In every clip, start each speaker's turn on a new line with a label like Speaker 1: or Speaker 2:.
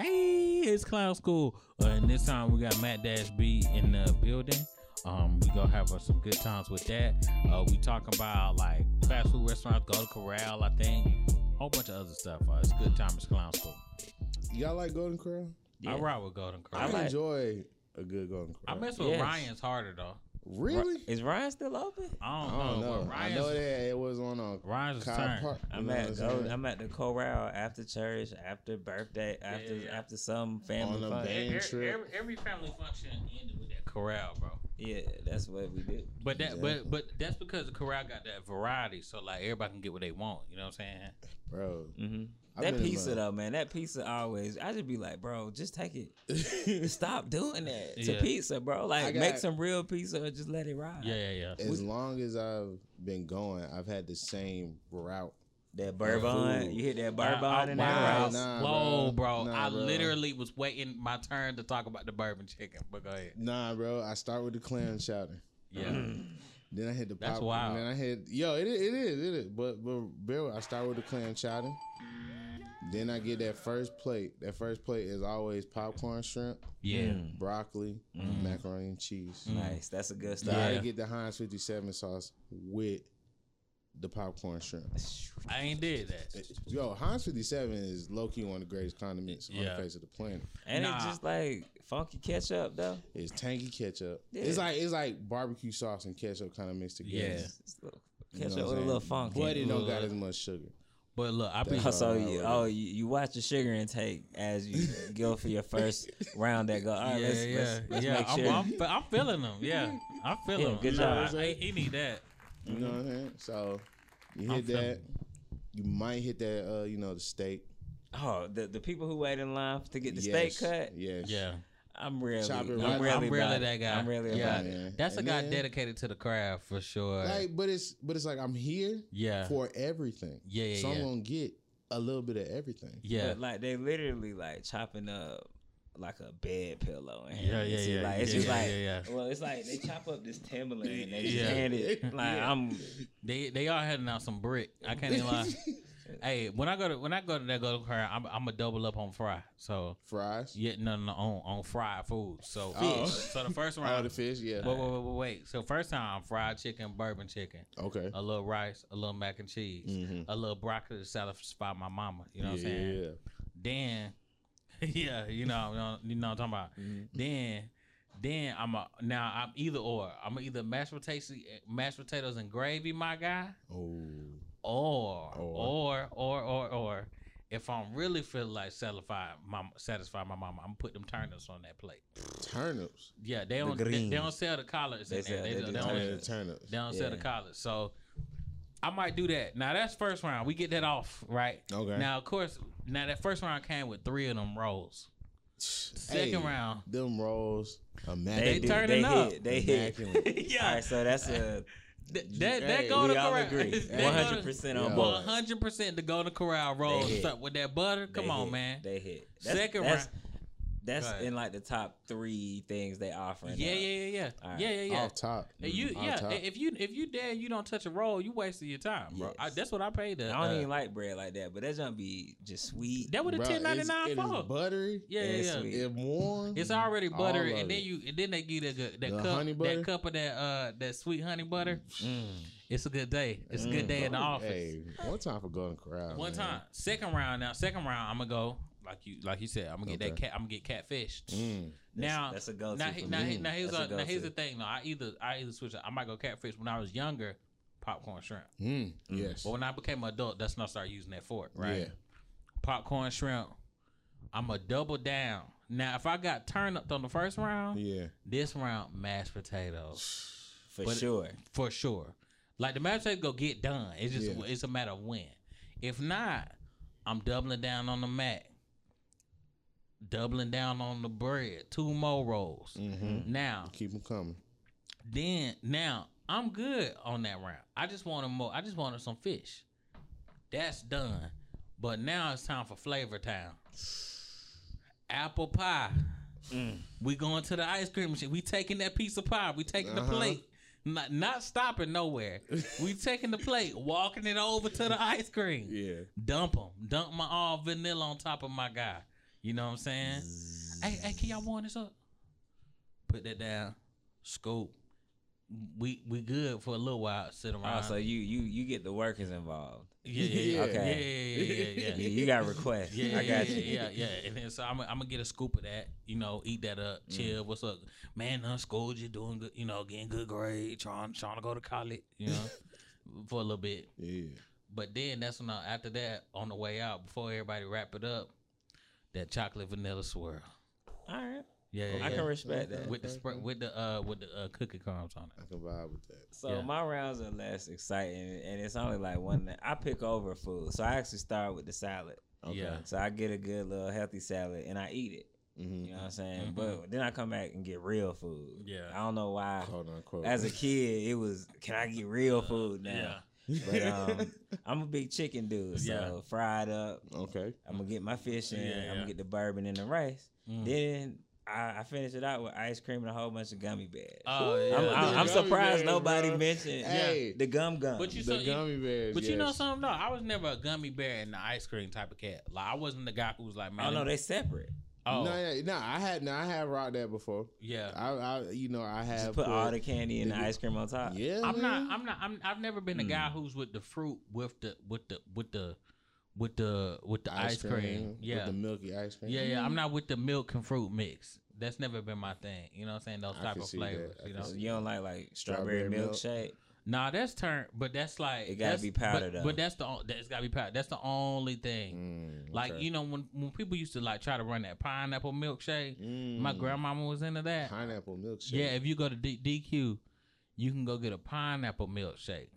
Speaker 1: Hey, it's Cloud School. Uh, and this time we got Matt Dash B in the building. Um, we gonna have uh, some good times with that. Uh, we talking about like fast food restaurants, go to Corral, I think, whole bunch of other stuff. Uh, it's a good time. It's Clown School.
Speaker 2: Y'all like Golden Corral?
Speaker 1: I ride with Golden Corral.
Speaker 2: I,
Speaker 1: I,
Speaker 3: like-
Speaker 2: enjoy a good Golden Corral.
Speaker 1: mess with
Speaker 3: Yes.
Speaker 1: Ryan's harder though.
Speaker 2: really?
Speaker 3: Is Ryan still open?
Speaker 1: I
Speaker 2: I
Speaker 1: don't,
Speaker 2: don't
Speaker 1: know.
Speaker 2: know.
Speaker 1: but
Speaker 2: I know
Speaker 1: Ryan's, E-
Speaker 2: that it was on a
Speaker 1: Ryan's
Speaker 2: Kyle
Speaker 1: turn.
Speaker 2: Park. you
Speaker 3: I'm
Speaker 2: know
Speaker 3: at
Speaker 2: what I'm
Speaker 3: oh,
Speaker 2: saying?
Speaker 3: I'm at the corral after church, after birthday, after
Speaker 1: yeah.
Speaker 3: after some family
Speaker 2: a
Speaker 3: fun.
Speaker 2: van.
Speaker 1: Every,
Speaker 2: trip.
Speaker 1: e- every, every family function ended with that Corral, bro.
Speaker 3: Yeah, that's what we do.
Speaker 1: But that,
Speaker 2: Exactly.
Speaker 1: but but that's because the Corral got that variety, so like everybody can get what they want. You know what I'm saying?
Speaker 2: bro.
Speaker 3: hmm
Speaker 2: I've
Speaker 3: That
Speaker 2: been in
Speaker 3: pizza
Speaker 2: my-
Speaker 3: though, man. That pizza always. I just be like, bro, just take it. Stop doing that to
Speaker 1: Yeah.
Speaker 3: pizza, bro. Like,
Speaker 2: got-
Speaker 3: make some real pizza or just let it ride.
Speaker 1: Yeah, yeah, yeah.
Speaker 2: As long as I've been going, I've had the same route.
Speaker 3: That bourbon.
Speaker 2: Ooh.
Speaker 3: You hit that
Speaker 1: Nah,
Speaker 3: bourbon
Speaker 1: oh,
Speaker 3: in that
Speaker 1: wow.
Speaker 3: rice.
Speaker 2: Nah,
Speaker 1: Whoa, bro.
Speaker 2: bro. Nah,
Speaker 1: I
Speaker 2: bro.
Speaker 1: literally was waiting my turn to talk about the bourbon chicken, but go ahead.
Speaker 2: Nah, bro. I start with the clam chowder.
Speaker 1: Yeah.
Speaker 3: Mm.
Speaker 2: Then I hit the
Speaker 1: That's
Speaker 2: popcorn.
Speaker 1: wild.
Speaker 2: Then I hit yo. It is. It is. It is. But but bear. with- I start with the clam chowder. Then I get that first plate. That first plate is always popcorn shrimp,
Speaker 1: Yeah.
Speaker 3: Mm,
Speaker 2: broccoli, macaroni and cheese.
Speaker 3: Nice. That's a good
Speaker 2: So I
Speaker 3: start.
Speaker 2: didn't get the Heinz 57 sauce with the popcorn shrimp. Eh,
Speaker 1: I ain't did that.
Speaker 2: Yo, Heinz 57 is low key one of the greatest condiments on
Speaker 1: Yeah.
Speaker 2: the face of the planet.
Speaker 3: And
Speaker 1: Nah.
Speaker 3: it's just like funky ketchup though.
Speaker 2: It's tangy ketchup.
Speaker 3: Yeah.
Speaker 2: It's like it's like barbecue sauce and ketchup kind of mixed together.
Speaker 1: Yeah.
Speaker 3: It's- it's a little-
Speaker 2: know
Speaker 3: Ketchup
Speaker 2: what I'm
Speaker 3: with a little
Speaker 2: saying?
Speaker 3: funk. in
Speaker 2: But
Speaker 3: it.
Speaker 2: it don't
Speaker 1: Look.
Speaker 2: got as much sugar.
Speaker 1: But look, I be
Speaker 2: That's-
Speaker 3: So
Speaker 2: Uh,
Speaker 3: you,
Speaker 2: with
Speaker 3: oh, you, you watch your sugar intake as you go for your first round. That go, all right,
Speaker 1: yeah,
Speaker 3: let's,
Speaker 1: yeah,
Speaker 3: let's, let's
Speaker 1: yeah.
Speaker 3: make
Speaker 1: I'm,
Speaker 3: sure.
Speaker 1: I'm, fe- I'm feeling them. Yeah, I'm feeling
Speaker 3: Yeah,
Speaker 1: them.
Speaker 3: good
Speaker 1: You know,
Speaker 3: job.
Speaker 1: I- I- he need that.
Speaker 2: You know what I'm saying? So you hit
Speaker 1: I'm feeling
Speaker 2: that. You might hit that uh, you know, the steak.
Speaker 3: oh, the, the people who wait in line to get the
Speaker 2: Yes.
Speaker 3: steak cut,
Speaker 2: Yes.
Speaker 1: Yeah,
Speaker 3: I'm really,
Speaker 2: Chop it
Speaker 3: I'm,
Speaker 2: right-
Speaker 3: really,
Speaker 1: I'm really
Speaker 3: about it.
Speaker 1: that guy.
Speaker 3: I'm really
Speaker 1: yeah.
Speaker 3: about it.
Speaker 2: it.
Speaker 1: That's a
Speaker 2: And
Speaker 1: guy
Speaker 2: then-
Speaker 1: dedicated to the craft for sure.
Speaker 2: Like, but it's but it's like I'm here
Speaker 1: yeah,
Speaker 2: for everything.
Speaker 1: Yeah, yeah,
Speaker 2: So I'm
Speaker 1: yeah.
Speaker 2: gonna get a little bit of everything.
Speaker 1: yeah.
Speaker 3: But like they literally like chopping up like a bed pillow. And
Speaker 1: Yeah, yeah, yeah,
Speaker 3: Like, it's
Speaker 1: yeah,
Speaker 3: just
Speaker 1: yeah,
Speaker 3: like,
Speaker 1: yeah, yeah.
Speaker 3: well, it's like they chop up this Timberland and they just
Speaker 1: Yeah.
Speaker 3: hand it. Like I'm,
Speaker 1: They they are heading out some brick. I can't even lie. hey, when I go to when I go to that go to her, I'm I'm a double up on fry. So
Speaker 2: Fries.
Speaker 1: yeah, no, no, no, on on fried food. So
Speaker 2: Oh.
Speaker 1: so the first
Speaker 2: All
Speaker 1: round.
Speaker 2: the fish, yeah.
Speaker 1: Wait, wait, wait, wait, wait. So first time, fried chicken, bourbon chicken,
Speaker 2: Okay.
Speaker 1: a little rice, a little mac and cheese,
Speaker 3: Mm-hmm.
Speaker 2: Mhm.
Speaker 1: a little broccoli to satisfy my mama. You know what
Speaker 2: yeah,
Speaker 1: I'm saying?
Speaker 2: yeah.
Speaker 1: Then, yeah, you know, you know, you know what I'm talking about.
Speaker 3: Mm-hmm.
Speaker 1: Then, then I'm a now I'm either or. I'm either mashed potatoes, mashed potatoes and gravy, my guy,
Speaker 2: Oh.
Speaker 1: or or
Speaker 2: Or.
Speaker 1: or or or. If I'm really feel like satisfy my satisfy my mama, I'm put them turnips on that plate.
Speaker 2: Turnips.
Speaker 1: Yeah, they
Speaker 3: The
Speaker 1: don't they,
Speaker 3: greens.
Speaker 1: they don't sell the collards
Speaker 3: They
Speaker 1: in there.
Speaker 3: sell-
Speaker 1: They,
Speaker 3: they
Speaker 1: don't-
Speaker 3: do
Speaker 1: they
Speaker 3: turnips.
Speaker 1: only
Speaker 2: Turnips. Turnips.
Speaker 1: they don't sell the
Speaker 3: Yeah.
Speaker 1: collars. So I might do that. Now that's first round. We get that off, right?
Speaker 2: Okay.
Speaker 1: Now of course, now that first round came with three of them rolls. Second
Speaker 2: Hey,
Speaker 1: round.
Speaker 2: Them rolls.
Speaker 3: they,
Speaker 2: Immaculate.
Speaker 3: do-
Speaker 1: turning
Speaker 3: they
Speaker 1: up.
Speaker 3: Hit, they hit.
Speaker 2: Immaculate.
Speaker 1: Yeah.
Speaker 3: All right, so that's a
Speaker 1: Th- that that
Speaker 3: Hey,
Speaker 1: go to
Speaker 3: we all
Speaker 1: corral.
Speaker 3: agree. One hundred percent on
Speaker 2: Yeah.
Speaker 3: board.
Speaker 1: One hundred percent to go to corral rolls
Speaker 3: They hit.
Speaker 1: stuff with that butter. Come
Speaker 3: They
Speaker 1: on,
Speaker 3: hit.
Speaker 1: man.
Speaker 3: They hit.
Speaker 1: Second round. Go
Speaker 3: That's
Speaker 1: ahead.
Speaker 3: in like the top three things they offering.
Speaker 1: yeah,
Speaker 3: now.
Speaker 1: yeah, yeah, yeah,
Speaker 3: All right.
Speaker 1: yeah, yeah, yeah.
Speaker 2: Off top.
Speaker 1: If You
Speaker 2: Off
Speaker 1: yeah.
Speaker 2: top.
Speaker 1: If you if you dare you don't touch a roll, you wasting your time, bro.
Speaker 3: Yes.
Speaker 1: I, that's what I paid. The,
Speaker 3: I don't
Speaker 1: uh,
Speaker 3: even like bread like that, but that's gonna be just sweet.
Speaker 1: that would have
Speaker 2: Bruh,
Speaker 1: ten ninety
Speaker 2: it's-
Speaker 1: nine
Speaker 2: It is
Speaker 1: for.
Speaker 2: buttery.
Speaker 1: Yeah,
Speaker 3: and
Speaker 1: yeah, yeah.
Speaker 3: sweet.
Speaker 2: It's warm.
Speaker 1: It's
Speaker 3: Mm-hmm.
Speaker 1: already buttery,
Speaker 2: All of
Speaker 1: and then
Speaker 2: it.
Speaker 1: you and then they give you that good- that
Speaker 2: The
Speaker 1: cup
Speaker 2: honey
Speaker 1: that
Speaker 2: butter?
Speaker 1: cup of that uh that sweet honey butter.
Speaker 3: Mm.
Speaker 1: It's a good day. It's a good day in the office.
Speaker 2: Mm. Mm-hmm. Hey, one time for Golden
Speaker 3: Oh,
Speaker 2: Corral.
Speaker 1: One
Speaker 2: man.
Speaker 1: time, second round now. Second round, I'm gonna go like you like you said. I'm gonna get that
Speaker 2: Okay.
Speaker 1: cat. I'm gonna get catfish.
Speaker 2: Mm.
Speaker 3: That's-
Speaker 1: Now
Speaker 3: that's a go-to
Speaker 1: Now,
Speaker 3: for
Speaker 1: he-
Speaker 3: me.
Speaker 1: now, he- now here's
Speaker 3: That's
Speaker 1: a,
Speaker 3: a
Speaker 1: now here's the
Speaker 3: go-to.
Speaker 1: thing though. I either I either switch. it. I might go catfish when I was younger, popcorn shrimp.
Speaker 2: Mm. Yes.
Speaker 1: But when I became an adult, that's when I started using that fork. Right.
Speaker 2: Yeah.
Speaker 1: Popcorn shrimp. I'm a double down. Now if I got turned up on the first round,
Speaker 2: Yeah.
Speaker 1: this round mashed potatoes
Speaker 3: for
Speaker 1: but-
Speaker 3: sure.
Speaker 1: for sure. Like the mashed potatoes go get done. It's just
Speaker 2: Yeah.
Speaker 1: it's a matter of when. If not, I'm doubling down on the mac, doubling down on the bread. Two more rolls.
Speaker 2: Mhm.
Speaker 1: Now
Speaker 2: Keep them coming.
Speaker 1: then now I'm good on that round. I just wanted more. I just wanted some fish. That's done. But now it's time for Flavor Town. Apple pie.
Speaker 2: Mm.
Speaker 1: We going to the ice cream machine. We taking that piece of pie. We taking the
Speaker 2: Uh-huh.
Speaker 1: plate. Not not stopping nowhere. we taking the plate, walking it over to the ice cream.
Speaker 2: Yeah.
Speaker 1: Dump them. Dump my all vanilla on top of my guy. You know what I'm saying? Hey, hey, can y'all warm this up? Put that down. Scoop. We we good for a little while. Sit around.
Speaker 3: Oh, so you you you get the workers involved.
Speaker 1: yeah, yeah, yeah,
Speaker 3: Okay.
Speaker 1: yeah, yeah, yeah, yeah,
Speaker 3: You,
Speaker 1: yeah.
Speaker 3: you got requests.
Speaker 1: Yeah,
Speaker 3: I got
Speaker 1: yeah,
Speaker 3: you.
Speaker 1: yeah, yeah, yeah. And then so I'm, I'm gonna get a scoop of that, you know, eat that up,
Speaker 3: Mm.
Speaker 1: chill. What's up, man? Unschooled, you doing good, you know, getting good grade, trying trying to go to college, you know, for a little bit.
Speaker 2: Yeah.
Speaker 1: But then that's when I, after that, on the way out, before everybody wrap it up, that chocolate vanilla swirl.
Speaker 3: All right.
Speaker 1: Yeah, yeah,
Speaker 3: I can
Speaker 1: yeah.
Speaker 3: respect that.
Speaker 1: with the spr- with the uh with the uh, cookie crumbs on
Speaker 2: I
Speaker 1: it.
Speaker 2: can vibe with that.
Speaker 3: So
Speaker 1: Yeah.
Speaker 3: my rounds are less exciting, and it's only like one. night. I pick over food, so I actually start with the salad.
Speaker 1: Yeah.
Speaker 3: So I get a good little healthy salad, and I eat it.
Speaker 2: Mm-hmm.
Speaker 3: You know what I'm saying?
Speaker 1: Mhm.
Speaker 3: But then I come back and get real food.
Speaker 1: Yeah.
Speaker 3: I don't know why.
Speaker 2: Quote unquote.
Speaker 3: As a kid, it was can I get real food
Speaker 1: Uh, Yeah,
Speaker 3: now? But um, I'm a big chicken dude, so
Speaker 1: Yeah.
Speaker 3: fried up.
Speaker 2: okay.
Speaker 3: I'm gonna get my fish in.
Speaker 1: Yeah,
Speaker 3: I'm
Speaker 1: yeah.
Speaker 3: gonna get the bourbon and the rice.
Speaker 1: Mm.
Speaker 3: Then I, I finish it out with ice cream and a whole bunch of gummy bears.
Speaker 1: Oh,
Speaker 2: Ooh,
Speaker 1: yeah.
Speaker 3: I'm, I'm,
Speaker 2: the
Speaker 3: I'm
Speaker 2: gummy
Speaker 3: surprised
Speaker 2: bears,
Speaker 3: nobody
Speaker 2: bro.
Speaker 3: mentioned
Speaker 2: Hey.
Speaker 3: the gum gum.
Speaker 1: But you
Speaker 2: the
Speaker 1: saw-
Speaker 2: gummy bears.
Speaker 1: But you know
Speaker 2: yes.
Speaker 1: something? No, I was never a gummy bear and the ice cream type of cat. Like I wasn't the guy who was like, man.
Speaker 3: oh no,
Speaker 1: let
Speaker 3: they
Speaker 1: me-
Speaker 3: separate.
Speaker 1: oh
Speaker 2: No, yeah, no, I had, no, I had rocked that before.
Speaker 1: yeah.
Speaker 2: I, I, you know, I have
Speaker 3: Just put all the candy and the
Speaker 2: Did you-
Speaker 3: ice cream on top.
Speaker 2: Yeah,
Speaker 1: I'm
Speaker 2: man.
Speaker 1: not. I'm not. I'm, I've never been the guy who's with the fruit with the with the with the with the with the ice, cream. Yeah.
Speaker 2: with the milky ice cream.
Speaker 1: yeah, yeah. I'm not with the milk and fruit mix. That's never been my thing. You know what I'm saying? Those
Speaker 2: I
Speaker 1: type
Speaker 2: can
Speaker 1: of
Speaker 2: see that.
Speaker 1: flavors.
Speaker 2: I
Speaker 1: You
Speaker 2: can
Speaker 1: know.
Speaker 3: So you don't like like strawberry,
Speaker 2: Strawberry milk.
Speaker 3: milkshake.
Speaker 1: Nah, that's turn. But that's like
Speaker 3: It gotta
Speaker 1: that's-
Speaker 3: be powdered
Speaker 1: But,
Speaker 3: up.
Speaker 1: but that's the on- that's gotta be powdered. That's the only thing.
Speaker 2: Mm,
Speaker 1: Like
Speaker 2: okay.
Speaker 1: you know when when people used to like try to run that pineapple milkshake. My
Speaker 2: Mm,
Speaker 1: grandmama was into that.
Speaker 2: pineapple milkshake.
Speaker 1: Yeah, if you go to D- DQ, you can go get a pineapple milkshake.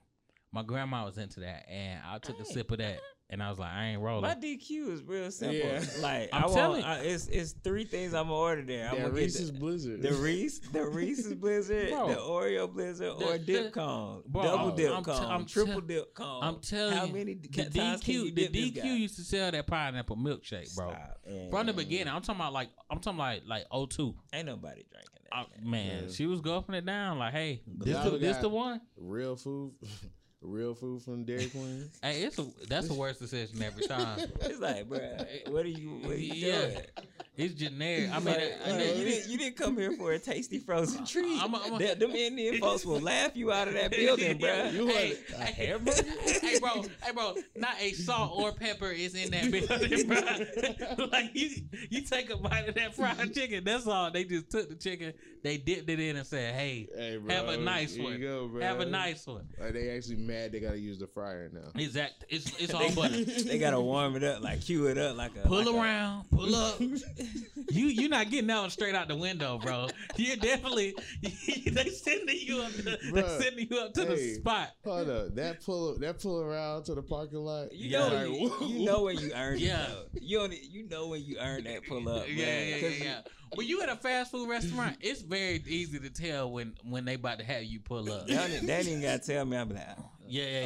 Speaker 1: My grandma was into that, and I took a
Speaker 3: Hey.
Speaker 1: sip of that, and I was like, I ain't rolling.
Speaker 3: My DQ is real simple.
Speaker 2: Yeah.
Speaker 3: Like i
Speaker 1: I'm
Speaker 3: want
Speaker 1: telling-
Speaker 3: I, it's it's three things I'm gonna order there. I'm
Speaker 2: that
Speaker 3: gonna
Speaker 2: Reese's
Speaker 3: get
Speaker 2: Blizzard.
Speaker 3: the, the Reese, the Reese's Blizzard,
Speaker 1: Bro.
Speaker 3: the Oreo Blizzard,
Speaker 1: The-
Speaker 3: or
Speaker 1: the-
Speaker 3: dip cone,
Speaker 1: Bro,
Speaker 3: double
Speaker 2: I'm-
Speaker 3: dip
Speaker 1: I'm t-
Speaker 3: cone,
Speaker 1: I'm t-
Speaker 3: triple dip cone.
Speaker 1: I'm telling
Speaker 3: how
Speaker 1: you,
Speaker 3: many
Speaker 1: the
Speaker 3: ca- times can you
Speaker 1: DQ,
Speaker 3: dip
Speaker 1: the
Speaker 3: this
Speaker 1: DQ
Speaker 3: guy?
Speaker 1: used to sell that pineapple milkshake, bro.
Speaker 3: Stop. And
Speaker 1: From the beginning, I'm talking about like I'm talking like like O two.
Speaker 3: ain't nobody drinking that.
Speaker 1: I, man,
Speaker 2: Yeah.
Speaker 1: she was guffing it down like, hey, this
Speaker 2: Y'all
Speaker 1: the, this
Speaker 2: got-
Speaker 1: the one.
Speaker 2: real food, real food from Dairy Queen.
Speaker 1: Hey, it's a, that's the worst decision every time.
Speaker 3: It's like, bruh, what are you? What are you
Speaker 1: Yeah.
Speaker 3: doing?
Speaker 1: it's generic. I
Speaker 3: I
Speaker 1: mean,
Speaker 3: mean,
Speaker 1: I- I-
Speaker 3: uh, you, didn't, you didn't come here for a tasty frozen treat.
Speaker 1: I'm a- I'm a-
Speaker 3: That- them Indian folks will laugh you out of that building, bruh.
Speaker 2: You
Speaker 1: hey,
Speaker 2: want a
Speaker 1: hey,
Speaker 2: hamburger?
Speaker 1: hey, bro, hey, bro, not a salt or pepper is in that building, bro. like you, you take a bite of that fried chicken. That's all. They just took the chicken, they dipped it in, and said, "Hey,
Speaker 2: Hey, bro,
Speaker 1: Have a nice
Speaker 2: here
Speaker 1: one.
Speaker 2: You go, bro.
Speaker 1: have a nice one."
Speaker 2: Like, they actually mad they gotta use the fryer now.
Speaker 1: Exact. It's it's all butter.
Speaker 3: They gotta warm it up, like cue it up, like a
Speaker 1: Pull
Speaker 3: like a-
Speaker 1: around, pull up. You you not getting that one straight out the window, bro. You're definitely they sending you up. To, they
Speaker 2: Bruh,
Speaker 1: sending you up to
Speaker 2: hey.
Speaker 1: the spot.
Speaker 2: Hold up, that pull that pull around to the parking lot.
Speaker 3: You
Speaker 1: Yeah.
Speaker 3: know, you,
Speaker 2: Like,
Speaker 3: you know when you earn
Speaker 1: Yeah.
Speaker 3: it. Though. You only, you know when you earn that pull up.
Speaker 1: Yeah,
Speaker 3: man,
Speaker 1: yeah, yeah,
Speaker 3: 'cause
Speaker 1: yeah. When you at a fast food restaurant, it's very easy to tell when when they about to have you pull up.
Speaker 3: They
Speaker 1: Yeah,
Speaker 3: don't, they ain't even gotta tell me. I'm like, ah,
Speaker 1: yeah, yeah.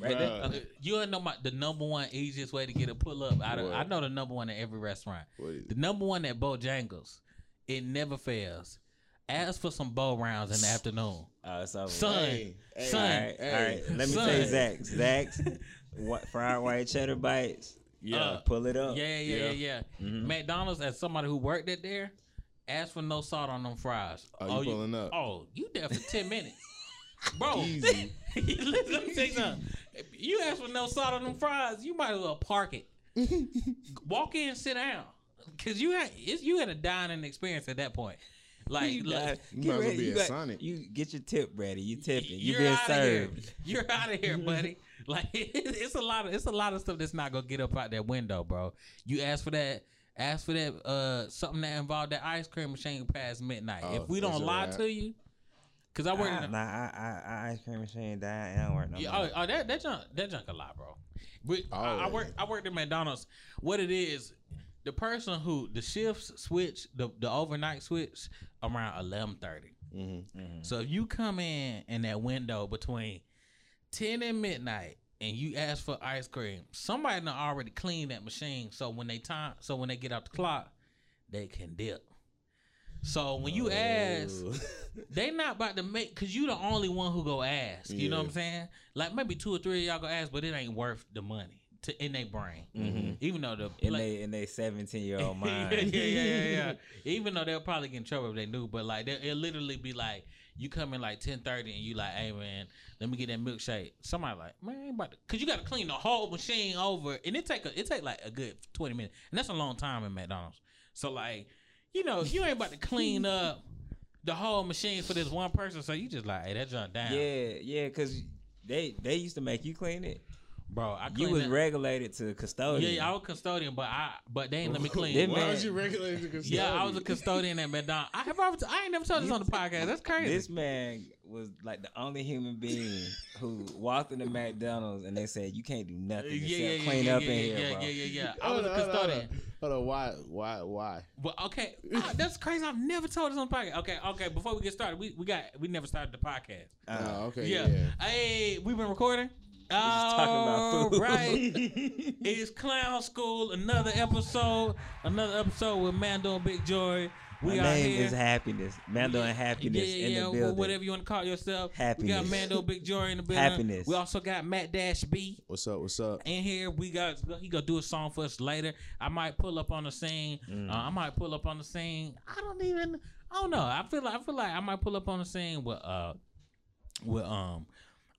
Speaker 3: right there.
Speaker 2: Bruh,
Speaker 1: Uh, you wanna know my the number one easiest way to get a pull up out of
Speaker 2: What?
Speaker 1: I know the number one at every restaurant.
Speaker 2: what is
Speaker 1: The
Speaker 2: it?
Speaker 1: number one at Bojangles, it never fails. Ask for some bow rounds in the afternoon.
Speaker 3: Oh, it's over.
Speaker 1: Son,
Speaker 2: Hey, hey,
Speaker 3: all
Speaker 1: son.
Speaker 3: right, all right.
Speaker 2: hey,
Speaker 3: Let me
Speaker 1: son.
Speaker 3: tell you, Zach. Zach's what, fried white cheddar bites.
Speaker 2: Yeah.
Speaker 1: Uh,
Speaker 3: Pull it up.
Speaker 1: Yeah, yeah, yeah, yeah.
Speaker 2: Mm-hmm.
Speaker 3: Mhm.
Speaker 1: McDonald's as somebody who worked at there, ask for no salt on them fries.
Speaker 2: oh, you pulling up?
Speaker 1: Oh, you there for ten minutes, bro?
Speaker 2: Easy.
Speaker 1: Let let me tell you something. If you ask for no salt on them fries, you might as well park it. Walk in, sit down, cause you had it's, you had a dining experience at that point. Like,
Speaker 3: you,
Speaker 1: like
Speaker 3: got,
Speaker 2: You
Speaker 3: get
Speaker 2: might as well
Speaker 3: ready,
Speaker 2: be
Speaker 3: you
Speaker 2: a
Speaker 3: got-
Speaker 2: Sonic.
Speaker 3: You get your tip ready. You tipping. You
Speaker 1: you're
Speaker 3: being
Speaker 1: outta
Speaker 3: served.
Speaker 1: Here. You're out of here, buddy. Like it's a lot of it's a lot of stuff that's not gonna get up out that window, bro. You ask for that. Ask for that uh something that involved that ice cream machine past midnight.
Speaker 2: Oh,
Speaker 1: if we
Speaker 2: that's
Speaker 1: don't
Speaker 2: a
Speaker 1: lie
Speaker 2: wrap.
Speaker 1: to you, cause I
Speaker 3: I,
Speaker 1: work.
Speaker 3: I,
Speaker 1: in a-
Speaker 3: nah, I, I, I ice cream machine died and I don't work no
Speaker 1: Yeah,
Speaker 3: more.
Speaker 1: oh, oh, that that junk that junk a lot, bro. But I, I
Speaker 2: Oh,
Speaker 1: work I worked at McDonald's. What it is, the person who the shifts switch the the overnight switch around eleven
Speaker 2: hmm
Speaker 3: Mm-hmm.
Speaker 1: So if you come in in that window between ten and midnight and you ask for ice cream, somebody done already cleaned that machine. So when they time, so when they get off the clock, they can dip. So when
Speaker 2: Oh.
Speaker 1: you ask, they not about to make cause you the only one who go ask. You know
Speaker 2: Yeah.
Speaker 1: what I'm saying? Like maybe two or three of y'all go ask, but it ain't worth the money to in their brain.
Speaker 3: Mhm.
Speaker 1: Even though the
Speaker 3: in
Speaker 1: pla-
Speaker 3: they in they seventeen year old
Speaker 1: yeah,
Speaker 3: mind.
Speaker 1: yeah, yeah, yeah, yeah. Even though they'll probably get in trouble if they knew, but like they'll- it'll literally be like you come in like ten thirty and you like, hey man, let me get that milkshake. Somebody like, man, I ain't about to, cause you got to clean the whole machine over, and it take a, it take like a good twenty minutes, and that's a long time in McDonald's. So like, you know, you ain't about to clean up the whole machine for this one person, so you just like, hey, that junk down,
Speaker 3: yeah, yeah, cause they they used to make you clean it.
Speaker 1: bro. I
Speaker 3: You
Speaker 1: clean
Speaker 3: was
Speaker 1: that-
Speaker 3: regulated to
Speaker 1: yeah,
Speaker 3: custodian.
Speaker 1: yeah, I was custodian, but I but they ain't let me clean.
Speaker 3: Them
Speaker 2: Why
Speaker 3: man-
Speaker 2: was you regulating the
Speaker 1: Yeah, I was a
Speaker 2: custodian?
Speaker 1: custodian at McDonald's. I have I, I ain't never told this on the podcast. That's crazy.
Speaker 3: This man was like the only human being who walked into McDonald's and they said you can't do nothing
Speaker 1: yeah,
Speaker 3: except
Speaker 1: yeah, yeah,
Speaker 3: clean
Speaker 1: yeah,
Speaker 3: up
Speaker 1: yeah,
Speaker 3: in
Speaker 1: yeah,
Speaker 3: here,
Speaker 1: yeah,
Speaker 3: bro.
Speaker 1: yeah, yeah, yeah. I
Speaker 2: Hold
Speaker 1: was a
Speaker 2: on, hold on,
Speaker 1: custodian.
Speaker 2: Hold on, why, why, why?
Speaker 1: But okay, ah, that's crazy. I've never told this on the podcast. Okay, okay. Before we get started, we, we got we never started the podcast.
Speaker 3: Uh,
Speaker 2: oh, okay,
Speaker 1: Yeah.
Speaker 2: yeah.
Speaker 1: Hey, we've been recording. Oh,
Speaker 3: we just talking about food.
Speaker 1: right. It's Clown School. Another episode. Another episode with Mando and Big Joy. We
Speaker 3: My
Speaker 1: are
Speaker 3: name
Speaker 1: here.
Speaker 3: is Happiness. Mando and Happiness
Speaker 1: yeah,
Speaker 3: in
Speaker 1: yeah,
Speaker 3: the
Speaker 1: wh-
Speaker 3: building.
Speaker 1: whatever you want to call yourself. We got
Speaker 3: Happiness.
Speaker 1: Mando, Big Joy in the building.
Speaker 3: Happiness.
Speaker 1: We also got Matt Dash B.
Speaker 2: What's up? What's up?
Speaker 1: in here. We got he gonna do a song for us later. I might pull up on the scene.
Speaker 3: Mm.
Speaker 1: Uh, I might pull up on the scene. I don't even. I don't know. I feel like I feel like I might pull up on the scene with uh with um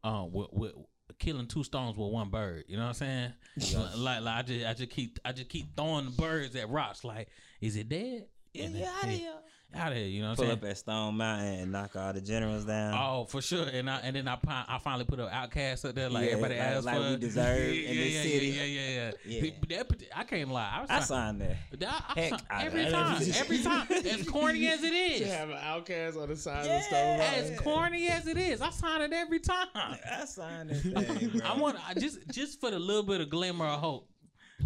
Speaker 1: um with, with killing two stones with one bird. You know what I'm saying? Li- like like I just I just keep I just keep throwing the birds at rocks. Like is it dead?
Speaker 3: Yeah, you outta here.
Speaker 1: Out of here. You know what
Speaker 3: Pull
Speaker 1: I'm saying?
Speaker 3: up at Stone Mountain and knock all the generals down.
Speaker 1: Oh, for sure. And I and then I pon- I finally put an outcast up there like
Speaker 3: Yeah,
Speaker 1: everybody
Speaker 3: like-
Speaker 1: asked
Speaker 3: like
Speaker 1: for.
Speaker 3: we deserve
Speaker 1: yeah,
Speaker 3: in this
Speaker 1: yeah,
Speaker 3: city.
Speaker 1: Yeah, yeah, yeah. yeah.
Speaker 3: Yeah.
Speaker 1: But that parti- I can't lie. I was
Speaker 3: I
Speaker 1: trying-
Speaker 3: signed that.
Speaker 1: but I- I
Speaker 3: heck
Speaker 1: was trying-
Speaker 3: out of
Speaker 1: every
Speaker 3: it.
Speaker 1: time, every time, as corny as it
Speaker 2: You
Speaker 1: is,
Speaker 2: have an outcast on the side
Speaker 3: Yeah.
Speaker 2: of the stone.
Speaker 3: Hey,
Speaker 1: as corny as it is, I sign it every time.
Speaker 3: I signed that thing, bro.
Speaker 1: I want I just just for the little bit of glimmer of hope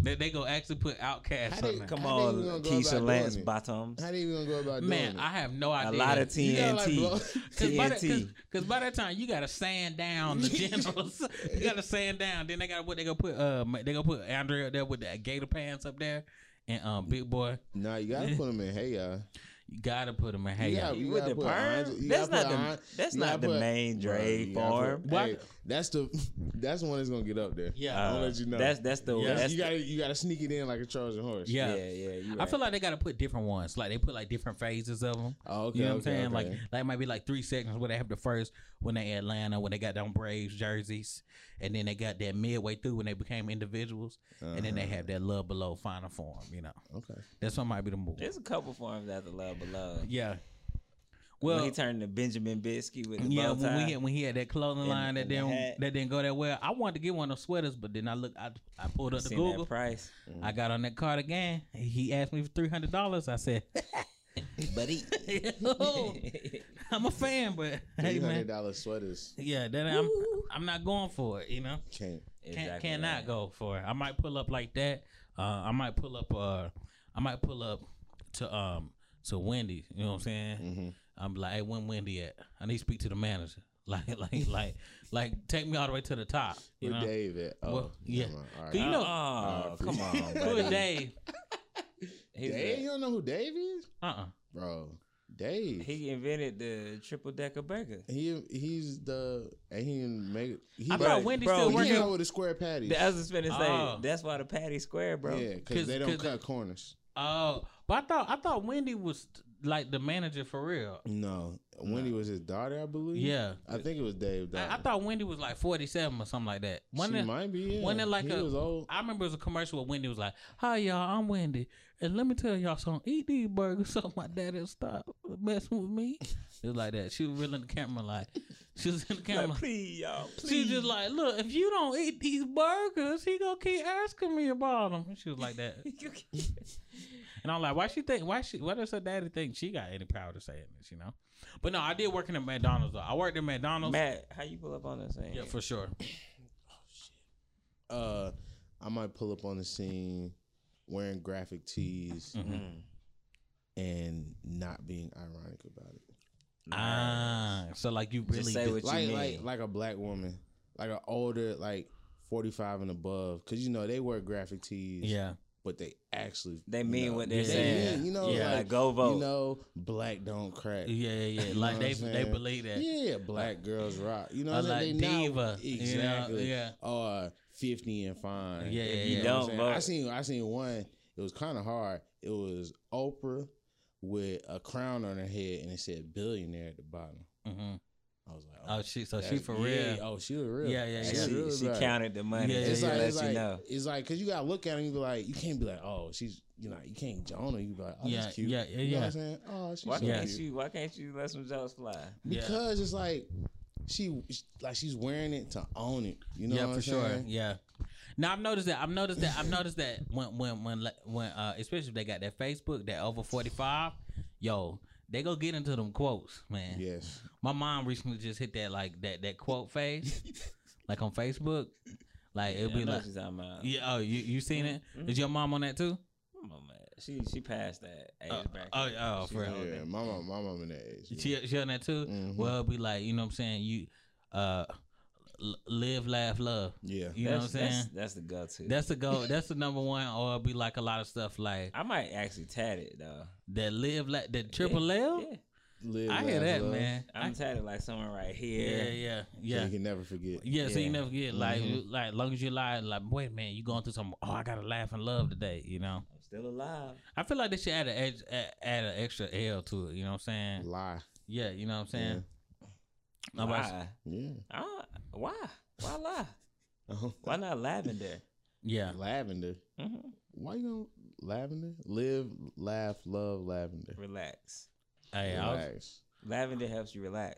Speaker 1: that they go actually put outcast
Speaker 2: How
Speaker 1: on
Speaker 2: they
Speaker 1: there.
Speaker 3: Come
Speaker 2: How
Speaker 3: on,
Speaker 2: they gonna go
Speaker 3: Keisha
Speaker 2: about
Speaker 3: Lance
Speaker 2: doing it?
Speaker 3: Bottoms.
Speaker 2: How do you even go about
Speaker 1: Man,
Speaker 2: doing
Speaker 1: I have no
Speaker 3: A
Speaker 1: idea.
Speaker 3: lot of
Speaker 2: it? You gotta, like,
Speaker 3: TNT.
Speaker 2: blow-
Speaker 1: Cause by, that, cause,
Speaker 3: TNT.
Speaker 1: 'cause by that time you gotta sand down the generals. you gotta sand down. Then they got what they gonna put uh ma- they gonna put Andre up there with the gator pants up there and um big boy.
Speaker 2: nah, you gotta put them in. Hey, y'all.
Speaker 1: You gotta put him in hey
Speaker 2: Yeah,
Speaker 1: y'all.
Speaker 2: you
Speaker 3: with
Speaker 2: gotta
Speaker 3: the
Speaker 2: put
Speaker 3: perm?
Speaker 2: Andre- you
Speaker 3: That's
Speaker 2: gotta
Speaker 3: not
Speaker 2: put
Speaker 3: the-
Speaker 2: Andre-
Speaker 3: that's
Speaker 2: you
Speaker 3: not
Speaker 2: gotta
Speaker 3: the
Speaker 2: put-
Speaker 3: main
Speaker 2: Bro,
Speaker 3: Dre
Speaker 2: you gotta put-
Speaker 1: form.
Speaker 2: hey, that's the that's the one that's gonna get up there.
Speaker 1: Yeah.
Speaker 2: I'll
Speaker 3: Uh,
Speaker 2: let you know.
Speaker 3: That's that's the
Speaker 2: Yeah,
Speaker 3: that's
Speaker 2: you
Speaker 3: the-
Speaker 2: gotta you gotta sneak it in like a Trojan horse.
Speaker 1: yeah.
Speaker 3: yeah yeah. you
Speaker 1: I
Speaker 3: right.
Speaker 1: feel like they gotta put different ones. Like they put like different phases of them.
Speaker 2: Oh, okay.
Speaker 1: You know what
Speaker 2: okay,
Speaker 1: I'm saying?
Speaker 2: okay.
Speaker 1: Like, like it might be like three seconds where they have the first when they Atlanta when they got down Braves jerseys, and then they got that midway through when they became individuals, and then they
Speaker 2: Uh-huh.
Speaker 1: have that love below final form. You know,
Speaker 2: Okay.
Speaker 1: that's what might be the move.
Speaker 3: there's a couple forms after love below.
Speaker 1: Yeah.
Speaker 3: Well,
Speaker 1: Well,
Speaker 3: he turned to Benjamin Bisky with the
Speaker 1: yeah,
Speaker 3: bow
Speaker 1: when
Speaker 3: tie.
Speaker 1: we had, when he had that clothing
Speaker 3: and-
Speaker 1: line that
Speaker 3: and the
Speaker 1: didn't
Speaker 3: hat.
Speaker 1: that didn't go that well, I wanted to get one of those sweaters, but then I look, I I pulled up the
Speaker 3: Seen
Speaker 1: Google,
Speaker 3: that price,
Speaker 1: I got on that card again. He asked me for three hundred dollars. I said,
Speaker 3: buddy.
Speaker 1: I'm a fan, but hey
Speaker 2: Three
Speaker 1: man,
Speaker 2: hundred dollar sweaters.
Speaker 1: yeah, then I'm I'm not going for it. You know,
Speaker 2: Can't.
Speaker 1: Can, cannot go for it. I might pull up like that. Uh, I might pull up. Uh, I might pull up to um to Wendy's. You know what I'm saying?
Speaker 2: Mhm.
Speaker 1: I'm like, hey, when Wendy at? I need to speak to the manager. Like, like, like, like, take me all the way to the top. You
Speaker 2: Where
Speaker 1: know?
Speaker 2: Dave at? Oh,
Speaker 1: Well, yeah.
Speaker 2: yeah. All right. Uh,
Speaker 1: Do
Speaker 3: You
Speaker 1: You
Speaker 3: know,
Speaker 1: know-
Speaker 3: oh, come on,
Speaker 1: Who is
Speaker 3: buddy.
Speaker 1: Dave?
Speaker 3: He's
Speaker 2: Dave?
Speaker 3: a-
Speaker 2: You don't know who Dave is,
Speaker 1: Uh uh
Speaker 2: bro? Dave. He,
Speaker 3: He invented the triple decker burger.
Speaker 2: he's the and he didn't make it. He,
Speaker 1: I
Speaker 3: Bro,
Speaker 1: thought Wendy
Speaker 3: bro,
Speaker 1: still
Speaker 2: he came
Speaker 1: working.
Speaker 2: out with a square patty.
Speaker 3: I was just finna say
Speaker 1: Oh.
Speaker 3: that's why the patty square, bro.
Speaker 2: Yeah,
Speaker 1: Cause-
Speaker 2: because they don't
Speaker 1: cause-
Speaker 2: cut corners.
Speaker 1: Oh, but I thought I thought Wendy was like the manager for real.
Speaker 2: No, Wendy was his daughter, I believe.
Speaker 1: Yeah.
Speaker 2: I think it was Dave. Daughter.
Speaker 1: I, I thought Wendy was like 47 or something like that. One
Speaker 2: she
Speaker 1: of-
Speaker 2: might be. Yeah.
Speaker 1: wasn't it like
Speaker 2: he
Speaker 1: a-
Speaker 2: was old.
Speaker 1: I remember it was a commercial where Wendy was like, "Hi y'all, I'm Wendy, and let me tell y'all something. Eat these burgers, so my daddy'll stop messing with me." It was like that. She was really in the camera, like she was in the camera.
Speaker 3: Like, please, y'all.
Speaker 1: she
Speaker 3: Please.
Speaker 1: just like, "Look, if you don't eat these burgers, he gonna keep asking me about them." She was like that, and I'm like, "Why she think? Why she? Why does her daddy think she got any power to say this? You know?" But no, I did working at McDonald's. Though. I worked at McDonald's.
Speaker 3: Matt, how you pull up on that thing?
Speaker 1: yeah, for sure.
Speaker 2: Uh, I might pull up on the scene wearing graphic tees
Speaker 1: Mm-hmm.
Speaker 3: Mhm.
Speaker 2: and not being ironic about it.
Speaker 1: Ah, so like you
Speaker 3: Just
Speaker 1: really
Speaker 3: say
Speaker 1: do-
Speaker 3: what you
Speaker 2: like
Speaker 3: mean.
Speaker 2: like like a black woman, like an older like forty five and above, because you know they wear graphic tees,
Speaker 1: yeah.
Speaker 2: but they actually
Speaker 3: They
Speaker 2: you
Speaker 3: mean
Speaker 2: know,
Speaker 3: what they're
Speaker 2: they
Speaker 1: saying.
Speaker 2: mean, you know,
Speaker 1: Yeah.
Speaker 2: like,
Speaker 3: Like, go vote.
Speaker 2: You know, black don't crack. Yeah,
Speaker 1: Yeah, yeah, yeah.
Speaker 2: You
Speaker 1: Like
Speaker 2: know
Speaker 1: they
Speaker 2: what I'm
Speaker 1: they
Speaker 2: saying?
Speaker 1: believe that.
Speaker 2: black girls rock. You know,
Speaker 1: Or
Speaker 2: what I'm
Speaker 1: like
Speaker 2: saying? They not-
Speaker 1: diva. you know?
Speaker 2: exactly.
Speaker 1: Yeah.
Speaker 2: Or fifty in fine.
Speaker 1: Yeah, yeah,
Speaker 2: You
Speaker 1: yeah.
Speaker 2: know what I'm
Speaker 3: Don't
Speaker 2: saying?
Speaker 3: vote.
Speaker 2: I seen I seen one. It was kind of hard. It was Oprah with a crown on her head, and it said billionaire at the bottom.
Speaker 1: hmm
Speaker 2: I was like,
Speaker 1: Oh, she. So she
Speaker 2: that's-
Speaker 1: for
Speaker 2: yeah,
Speaker 1: real.
Speaker 2: Oh, she was real.
Speaker 1: Yeah, yeah,
Speaker 3: And
Speaker 1: yeah.
Speaker 2: She,
Speaker 3: she,
Speaker 2: real
Speaker 3: she
Speaker 2: about it.
Speaker 3: counted the money.
Speaker 1: Yeah,
Speaker 2: It's
Speaker 3: just
Speaker 2: like,
Speaker 3: to
Speaker 2: it's
Speaker 3: let you
Speaker 2: like,
Speaker 3: know.
Speaker 2: it's like, cause you gotta look at her and be like, you can't be like, oh, she's, you know, you can't Jonah. You be like, oh,
Speaker 1: yeah,
Speaker 2: that's cute.
Speaker 1: yeah, yeah,
Speaker 2: You know what
Speaker 1: yeah,
Speaker 2: I'm saying? Oh, she's
Speaker 3: Why
Speaker 2: so
Speaker 3: can't
Speaker 2: cute.
Speaker 3: you? Why can't you let some jokes fly?
Speaker 1: Yeah.
Speaker 2: Because it's like she like she's wearing it to own it. You know
Speaker 1: yeah,
Speaker 2: what
Speaker 1: for
Speaker 2: I'm
Speaker 1: sure.
Speaker 2: saying?
Speaker 1: Yeah. Now I've noticed that. I've noticed that. I've noticed that when when when le- when uh, especially if they got that Facebook, that over forty five, yo, they go get into them quotes, man.
Speaker 2: Yes.
Speaker 1: My mom recently just hit that like that that quote phase, like on Facebook, like it'll
Speaker 3: Yeah, I Mm-hmm.
Speaker 1: be
Speaker 3: know
Speaker 1: like,
Speaker 3: she's talking about.
Speaker 1: yeah, oh, you you seen it? Is your mom on that too?
Speaker 3: Come on, man. She she passed that age
Speaker 1: Uh,
Speaker 3: bracket.
Speaker 1: oh, oh,
Speaker 3: She
Speaker 1: for
Speaker 3: old.
Speaker 2: Yeah, my mom, my mom in that age.
Speaker 1: She she on that too.
Speaker 2: Mhm.
Speaker 1: Well, it'll be like you know what I'm saying. You, uh, l- live, laugh, love.
Speaker 2: yeah.
Speaker 1: You know what I'm
Speaker 3: That's-
Speaker 1: saying.
Speaker 3: That's, that's the go-to.
Speaker 1: That's the go. That's the number one. Or it'll be like a lot of stuff like
Speaker 3: I might actually tat it though.
Speaker 1: that. Live like that. Triple L.
Speaker 3: Yeah.
Speaker 2: Live,
Speaker 1: I hear
Speaker 2: laugh,
Speaker 1: that,
Speaker 2: love.
Speaker 1: man.
Speaker 3: I'm
Speaker 1: I-
Speaker 3: tatted like someone right
Speaker 1: yeah,
Speaker 3: here.
Speaker 1: yeah,
Speaker 2: So
Speaker 1: yeah.
Speaker 2: you can never forget.
Speaker 1: Yeah, so
Speaker 3: Yeah.
Speaker 1: you never get like
Speaker 2: Mhm.
Speaker 1: like long as you lie like wait man you going through some oh I gotta laugh and love today you know
Speaker 3: I'm still alive.
Speaker 1: I feel like they should add an edge, add, add an extra L to it you know what I'm saying
Speaker 2: Lie.
Speaker 1: yeah you know what I'm saying Nobody-
Speaker 3: Why?
Speaker 2: Yeah.
Speaker 3: I, why? Why lie?
Speaker 2: Uh-huh.
Speaker 3: Why not lavender?
Speaker 1: yeah
Speaker 2: Lavender.
Speaker 3: Mm-hmm.
Speaker 2: Why you gonna lavender? Live, laugh, love, lavender.
Speaker 3: Relax.
Speaker 1: hey I was,
Speaker 2: Relax.
Speaker 3: Lavender helps you relax.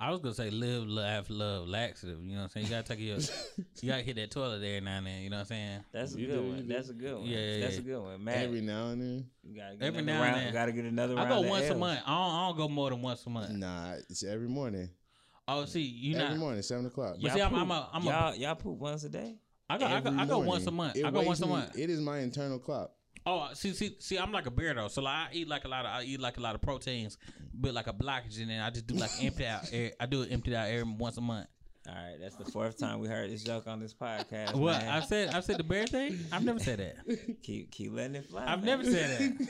Speaker 1: I was gonna say live laugh love laxative you know what I'm saying you gotta take your you gotta hit that toilet every now and then you know what I'm saying
Speaker 3: That's a
Speaker 2: You
Speaker 3: good
Speaker 2: do, you
Speaker 3: one.
Speaker 2: do.
Speaker 3: That's a good one.
Speaker 1: Yeah, yeah,
Speaker 3: That's
Speaker 1: yeah.
Speaker 3: a good one. Matt,
Speaker 2: Every now and
Speaker 3: you gotta get
Speaker 1: every
Speaker 3: another
Speaker 1: now and
Speaker 3: round,
Speaker 1: then.
Speaker 3: gotta get another round.
Speaker 1: I go
Speaker 3: of
Speaker 1: once a
Speaker 3: L's.
Speaker 1: month I don't, I don't go more than once a month
Speaker 3: Mm.
Speaker 2: then. Nah, it's every morning.
Speaker 1: oh see Uh. you
Speaker 2: every
Speaker 1: not
Speaker 2: morning, seven o'clock.
Speaker 1: But see, I'm- I'm a- I'm a-
Speaker 3: y'all, y'all poop once a day.
Speaker 1: I go I go,
Speaker 2: Every
Speaker 1: I go once a
Speaker 2: morning.
Speaker 1: month
Speaker 2: It
Speaker 1: I go
Speaker 2: wakes
Speaker 1: once a
Speaker 2: me-
Speaker 1: month
Speaker 2: It is my internal clock.
Speaker 1: Oh, see, see, see, I'm like a weirdo. So like, I eat like a lot of, I eat like a lot of proteins, but like a blockage, and then I just do like empty out. Every, I do it emptied out every once a month.
Speaker 3: All right, that's the fourth time we heard this joke on this podcast.
Speaker 1: What
Speaker 3: man.
Speaker 1: I said, I said the bear thing. I've never said that.
Speaker 3: keep keep letting it fly.
Speaker 1: I've
Speaker 3: man.
Speaker 1: never said that.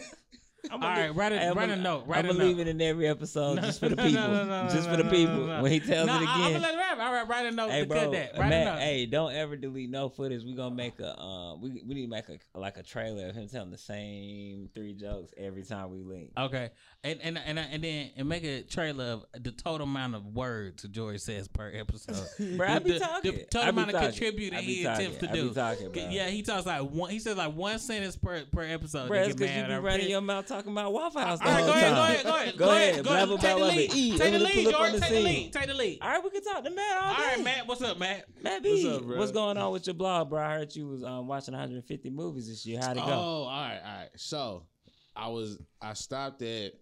Speaker 3: I'm
Speaker 1: All right, write a, write a note. Write
Speaker 3: I'm
Speaker 1: a
Speaker 3: leave
Speaker 1: note.
Speaker 3: it in every episode just for the
Speaker 1: No,
Speaker 3: people.
Speaker 1: no, no, no,
Speaker 3: just
Speaker 1: no,
Speaker 3: for the
Speaker 1: no, no,
Speaker 3: people.
Speaker 1: no.
Speaker 3: When he tells
Speaker 1: No,
Speaker 3: it
Speaker 1: I, I'm
Speaker 3: again.
Speaker 1: gonna let it rap. All right, write a note.
Speaker 3: Hey
Speaker 1: to
Speaker 3: bro,
Speaker 1: cut that. Write a
Speaker 3: Matt,
Speaker 1: note.
Speaker 3: hey, don't ever delete no footage. We gonna make a, uh, we we need to make a like a trailer of him telling the same three jokes every time we link.
Speaker 1: Okay, and and and and then and make a trailer of the total amount of words George says per episode.
Speaker 3: Bro, I be
Speaker 1: The- the-
Speaker 3: talking.
Speaker 1: The total
Speaker 3: I be
Speaker 1: amount of
Speaker 3: talking.
Speaker 1: contributing
Speaker 3: I be
Speaker 1: he
Speaker 3: talking.
Speaker 1: attempts to
Speaker 3: I be
Speaker 1: do.
Speaker 3: talking, bro.
Speaker 1: Yeah, he talks like one. He says like one sentence per per episode.
Speaker 3: Bro,
Speaker 1: They
Speaker 3: it's
Speaker 1: get
Speaker 3: because you
Speaker 1: mad
Speaker 3: be
Speaker 1: or
Speaker 3: running
Speaker 1: pissed.
Speaker 3: your mouth talking about Waffle House. the
Speaker 1: All right,
Speaker 3: whole
Speaker 1: go ahead, go
Speaker 3: time.
Speaker 1: ahead, go ahead, go ahead, go
Speaker 3: blah,
Speaker 1: ahead.
Speaker 3: blah,
Speaker 1: Take
Speaker 3: blah,
Speaker 1: the
Speaker 3: blah,
Speaker 1: lead,
Speaker 3: blah. Eat.
Speaker 1: take
Speaker 3: I'm
Speaker 1: the
Speaker 3: gonna pull
Speaker 1: lead,
Speaker 3: up on
Speaker 1: George,
Speaker 3: the
Speaker 1: take the
Speaker 3: scene.
Speaker 1: lead, take the lead.
Speaker 3: All right, we can talk to Matt all
Speaker 1: All
Speaker 3: day.
Speaker 1: right, Matt, what's up, Matt?
Speaker 3: Matt
Speaker 2: What's
Speaker 3: B,
Speaker 2: up, bro?
Speaker 3: what's going on with your blog, bro? I heard you was um, watching 150 movies this year. How'd it
Speaker 2: Oh,
Speaker 3: go?
Speaker 2: all right, all right. So I was I stopped at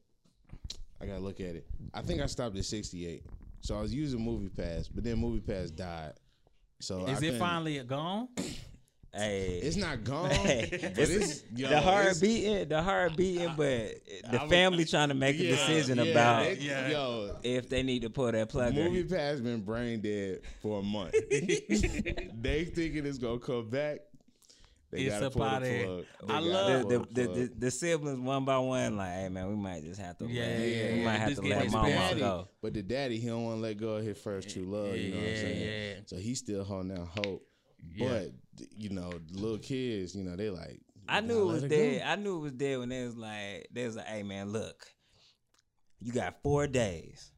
Speaker 2: I gotta look at it. I think I stopped at sixty eight. So I was using Movie Pass, but then Movie Pass died. So I
Speaker 1: Is it
Speaker 2: couldn't-
Speaker 1: finally gone?
Speaker 3: Hey,
Speaker 2: It's not gone.
Speaker 3: Hey,
Speaker 2: but
Speaker 3: it's-
Speaker 2: it's, yo,
Speaker 3: the heart
Speaker 2: it's-
Speaker 3: beating, the heart beating, but the
Speaker 2: I was-
Speaker 3: family trying to make a
Speaker 2: yeah,
Speaker 3: decision
Speaker 2: yeah,
Speaker 3: about
Speaker 2: it-
Speaker 1: Yeah.
Speaker 2: Yo,
Speaker 3: if they need to pull that plug.
Speaker 2: Movie Pass been brain dead for a month. they thinking it's gonna come back. They
Speaker 1: It's
Speaker 2: gotta
Speaker 1: up
Speaker 2: pull the
Speaker 1: outta here.
Speaker 2: plug. They
Speaker 1: I
Speaker 2: gotta
Speaker 1: love-
Speaker 2: pull the
Speaker 3: the, the, the,
Speaker 2: plug.
Speaker 3: the, the siblings one by one, like, hey man, we might just have to,
Speaker 1: Yeah,
Speaker 3: let-
Speaker 2: yeah,
Speaker 3: we
Speaker 2: yeah.
Speaker 3: might have
Speaker 1: This
Speaker 3: to
Speaker 1: getting
Speaker 2: But
Speaker 3: let
Speaker 2: the
Speaker 1: mama
Speaker 3: mom
Speaker 2: daddy,
Speaker 3: go.
Speaker 2: but the daddy, he don't want to let go of his first true love. You know what I'm
Speaker 1: Yeah,
Speaker 2: saying?
Speaker 1: yeah.
Speaker 2: So he's still holding out hope.
Speaker 1: Yeah.
Speaker 2: But th- you know, the little kids, you know, they like.
Speaker 3: I
Speaker 2: "We
Speaker 3: knew
Speaker 2: gotta
Speaker 3: it
Speaker 2: let
Speaker 3: was
Speaker 2: her
Speaker 3: dead. I knew it was dead when they was like, they was like, hey man, look, you got four days.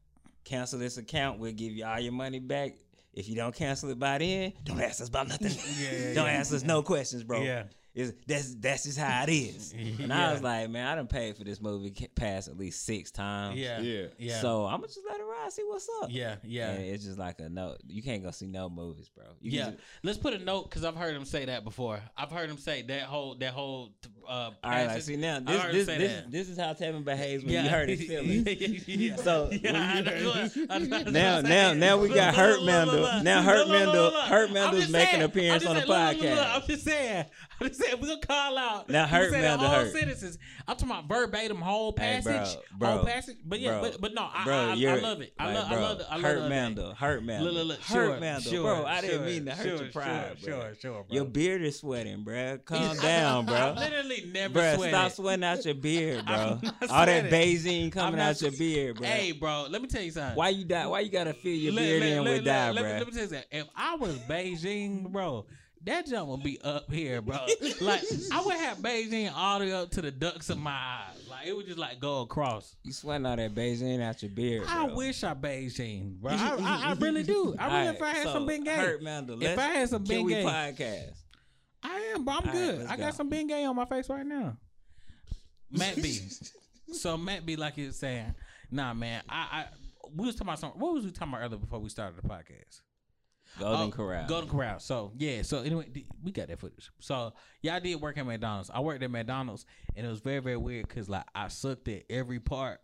Speaker 3: Cancel this account. We'll give you all your money back. If you don't cancel it by then, don't ask us about nothing.
Speaker 1: Yeah, yeah,
Speaker 3: don't
Speaker 1: yeah.
Speaker 3: ask us no questions, bro.
Speaker 1: Yeah.
Speaker 3: It's, that's that's just how it is. And I was
Speaker 1: Yeah.
Speaker 3: like, man, I done paid for this movie ca- pass at least six times.
Speaker 1: Yeah,
Speaker 2: Yeah.
Speaker 1: yeah,
Speaker 3: So uh, I'm gonna just let it ride, see what's up.
Speaker 1: yeah, yeah.
Speaker 3: And it's just like a no. You can't go see no movies, bro. You can
Speaker 1: Yeah,
Speaker 3: just-
Speaker 1: let's put a note because I've heard him say that before. I've heard him say that whole that whole uh,
Speaker 3: all right. Like,
Speaker 1: passage.
Speaker 3: see now,
Speaker 1: I heard him
Speaker 3: this this
Speaker 1: say
Speaker 3: this,
Speaker 1: that.
Speaker 3: this is how Tevin behaves when you hurt his feelings.
Speaker 1: Yeah, yeah, yeah.
Speaker 3: So,
Speaker 1: Yeah,
Speaker 3: when
Speaker 1: I
Speaker 3: you
Speaker 1: know
Speaker 3: hurt
Speaker 1: what- I know what
Speaker 3: Now,
Speaker 1: I'm
Speaker 3: now,
Speaker 1: saying.
Speaker 3: now we got
Speaker 1: Look,
Speaker 3: Hurt
Speaker 1: look, look, look,
Speaker 3: Mendel.
Speaker 1: look.
Speaker 3: Now
Speaker 1: Look,
Speaker 3: Hurt
Speaker 1: look,
Speaker 3: Mendel,
Speaker 1: look, look.
Speaker 3: Hurt
Speaker 1: I'm
Speaker 3: Mendel's
Speaker 1: just
Speaker 3: making
Speaker 1: saying-
Speaker 3: an appearance
Speaker 1: I'm
Speaker 3: on the
Speaker 1: just saying, look, look, look.
Speaker 3: podcast.
Speaker 1: I'm just saying. I'm just saying. We're gonna call out.
Speaker 3: Now
Speaker 1: We
Speaker 3: Hurt
Speaker 1: said
Speaker 3: Mendel
Speaker 1: all
Speaker 3: hurt.
Speaker 1: sentences. I'm talking about verbatim, whole
Speaker 3: Hey, bro,
Speaker 1: passage,
Speaker 3: bro,
Speaker 1: whole passage. Oh, But yeah,
Speaker 3: bro,
Speaker 1: but, but no, I,
Speaker 3: bro,
Speaker 1: I, I, I
Speaker 3: you're-
Speaker 1: love it. I,
Speaker 3: like,
Speaker 1: love, I
Speaker 3: bro,
Speaker 1: love. it. I love.
Speaker 3: Hurt
Speaker 1: the
Speaker 3: Mandel, Hurt Mandel,
Speaker 1: Look, look, look.
Speaker 3: Hurt
Speaker 1: sure,
Speaker 3: Mandel,
Speaker 1: sure,
Speaker 3: bro. I didn't
Speaker 1: sure,
Speaker 3: mean to hurt
Speaker 1: sure,
Speaker 3: your pride,
Speaker 1: Sure,
Speaker 3: bro.
Speaker 1: sure, sure, bro.
Speaker 3: Your beard is sweating, bro. Calm
Speaker 1: I-
Speaker 3: down,
Speaker 1: I- I
Speaker 3: bro.
Speaker 1: literally, really never
Speaker 3: Bruh,
Speaker 1: sweated.
Speaker 3: stop sweating out your beard, bro.
Speaker 1: I'm not
Speaker 3: All that
Speaker 1: sweating.
Speaker 3: Beijing coming
Speaker 1: not
Speaker 3: out your
Speaker 1: swe-
Speaker 3: beard, bro.
Speaker 1: Hey, bro, let me tell you something.
Speaker 3: why you die? Why you gotta fill your
Speaker 1: Let-
Speaker 3: beard
Speaker 1: let-
Speaker 3: in
Speaker 1: let-
Speaker 3: with dye,
Speaker 1: let- let me-
Speaker 3: bro?
Speaker 1: Let me tell you something. If I was Beijing, bro, that jump would be up here, bro. like I would have Beijing all the way up to the ducks of my eyes. Like it would just like go across.
Speaker 3: You sweating all that Beijing out your beard, bro.
Speaker 1: I wish I Beijing, bro. I, I, I really do. I really
Speaker 3: All
Speaker 1: if I had
Speaker 3: so,
Speaker 1: some big game.
Speaker 3: Hurt Mandel,
Speaker 1: If I had some
Speaker 3: can
Speaker 1: big
Speaker 3: we
Speaker 1: game,
Speaker 3: podcast?
Speaker 1: I am, bro. I'm
Speaker 3: All right,
Speaker 1: good.
Speaker 3: let's
Speaker 1: I got
Speaker 3: go.
Speaker 1: some Bengay on my face right now. Matt B. so Matt B. Like you was saying, nah, man. I, I we was talking about something. What was we talking about earlier before we started the podcast?
Speaker 3: Golden
Speaker 1: Oh,
Speaker 3: Corral.
Speaker 1: Golden Corral. So yeah. So anyway, th- we got that footage. So yeah, I did work at McDonald's. I worked at McDonald's, and it was very very weird because like I sucked at every part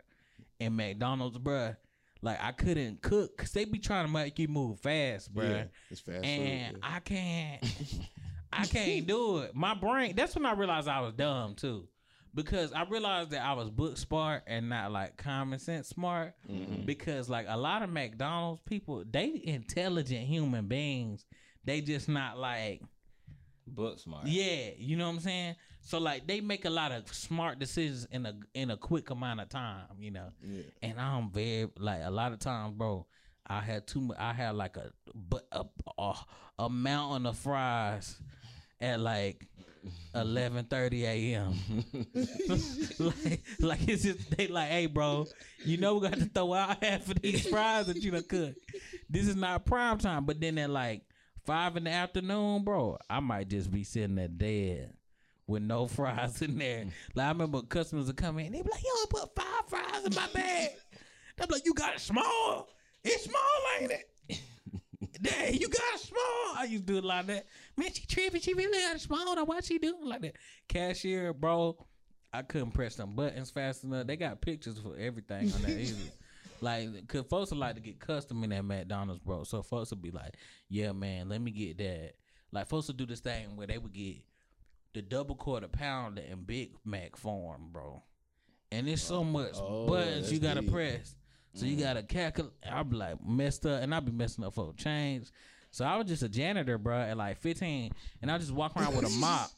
Speaker 1: in McDonald's, bruh. Like I couldn't cook because they be trying to make you move fast, bruh
Speaker 2: Yeah, it's fast food.
Speaker 1: and
Speaker 2: yeah.
Speaker 1: I can't, I can't do it. My brain. That's when I realized I was dumb too, because I realized that I was book smart and not like common sense smart. Because like a lot of McDonald's people, they intelligent human beings. They just not like
Speaker 3: Book smart.
Speaker 1: yeah, you know what I'm saying. So like they make a lot of smart decisions in a in a quick amount of time. You know.
Speaker 2: Yeah.
Speaker 1: And I'm very like a lot of times, bro. I had too much. I had like a but a, a a mountain of fries at like 11:30 a.m. like, like it's just they like, hey, bro, you know we got to throw out half of these fries that you done cooked. This is not prime time. But then at like five in the afternoon, bro, I might just be sitting there dead with no fries in there. Like I remember customers would come in, they be like, "Yo, I put five fries in my bag." I'm like, "You got it small? It's small, ain't it?" Dang, you got it small. I used to do a lot of that. Man, she tripping. She really got it small. Now why she doing like that? Cashier, bro, I couldn't press them buttons fast enough. They got pictures for everything on that. easy. Like, cause folks would like to get custom in that McDonald's, bro. So folks would be like, "Yeah, man, let me get that." Like folks would do this thing where they would get the double quarter pounder in Big Mac form, bro. And it's so much
Speaker 2: Oh,
Speaker 1: buttons
Speaker 2: that's
Speaker 1: you gotta
Speaker 2: deep. Mm-hmm.
Speaker 1: press. So you gotta calculate. I'll be like messed up, and I'll be messing up for change. So I was just a janitor, bro, at like 15, and I just walk around with a mop.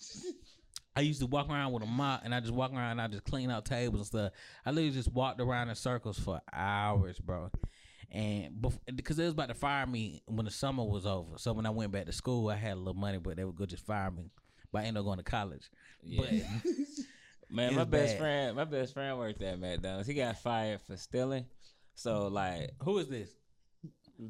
Speaker 1: I used to walk around with a mop, and I just walk around and I just clean out tables and stuff. I literally just walked around in circles for hours, bro. And because they was about to fire me when the summer was over, so when I went back to school, I had a little money, but they would go just fire me. But I ended up going to college. But
Speaker 3: Man,
Speaker 1: It's
Speaker 3: my best
Speaker 1: bad.
Speaker 3: friend, my best friend worked at McDonald's. He got fired for stealing. So like,
Speaker 1: who is this?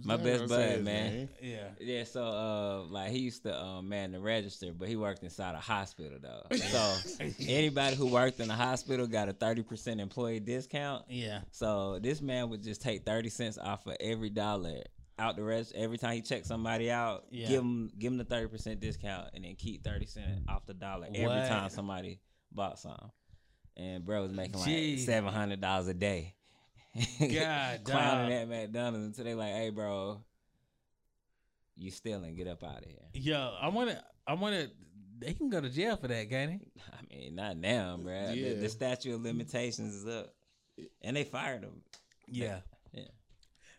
Speaker 3: My
Speaker 2: Not
Speaker 3: best
Speaker 2: gonna
Speaker 3: bud,
Speaker 2: say his
Speaker 3: man.
Speaker 2: name.
Speaker 1: Yeah.
Speaker 3: yeah. So uh, like he used to uh, man the register, but he worked inside a hospital though. So anybody who worked in a hospital got a thirty percent employee discount.
Speaker 1: Yeah.
Speaker 3: So this man would just take thirty cents off of every dollar out the rest every time he checked somebody out.
Speaker 1: Yeah.
Speaker 3: Give him give him the thirty percent discount and then keep thirty cent off the dollar every
Speaker 1: What?
Speaker 3: time somebody bought something. And bro was making
Speaker 1: Gee.
Speaker 3: like seven hundred dollars a day.
Speaker 1: God, dog.
Speaker 3: clowning at McDonald's until they like, hey bro, you stealing, get up out of here.
Speaker 1: Yo, I wanna, I wanna. He can go to jail for that, can he?
Speaker 3: I mean, not now, bro. The,
Speaker 2: Yeah.
Speaker 3: the statute of limitations is up. And they fired him.
Speaker 1: Yeah.
Speaker 3: Yeah.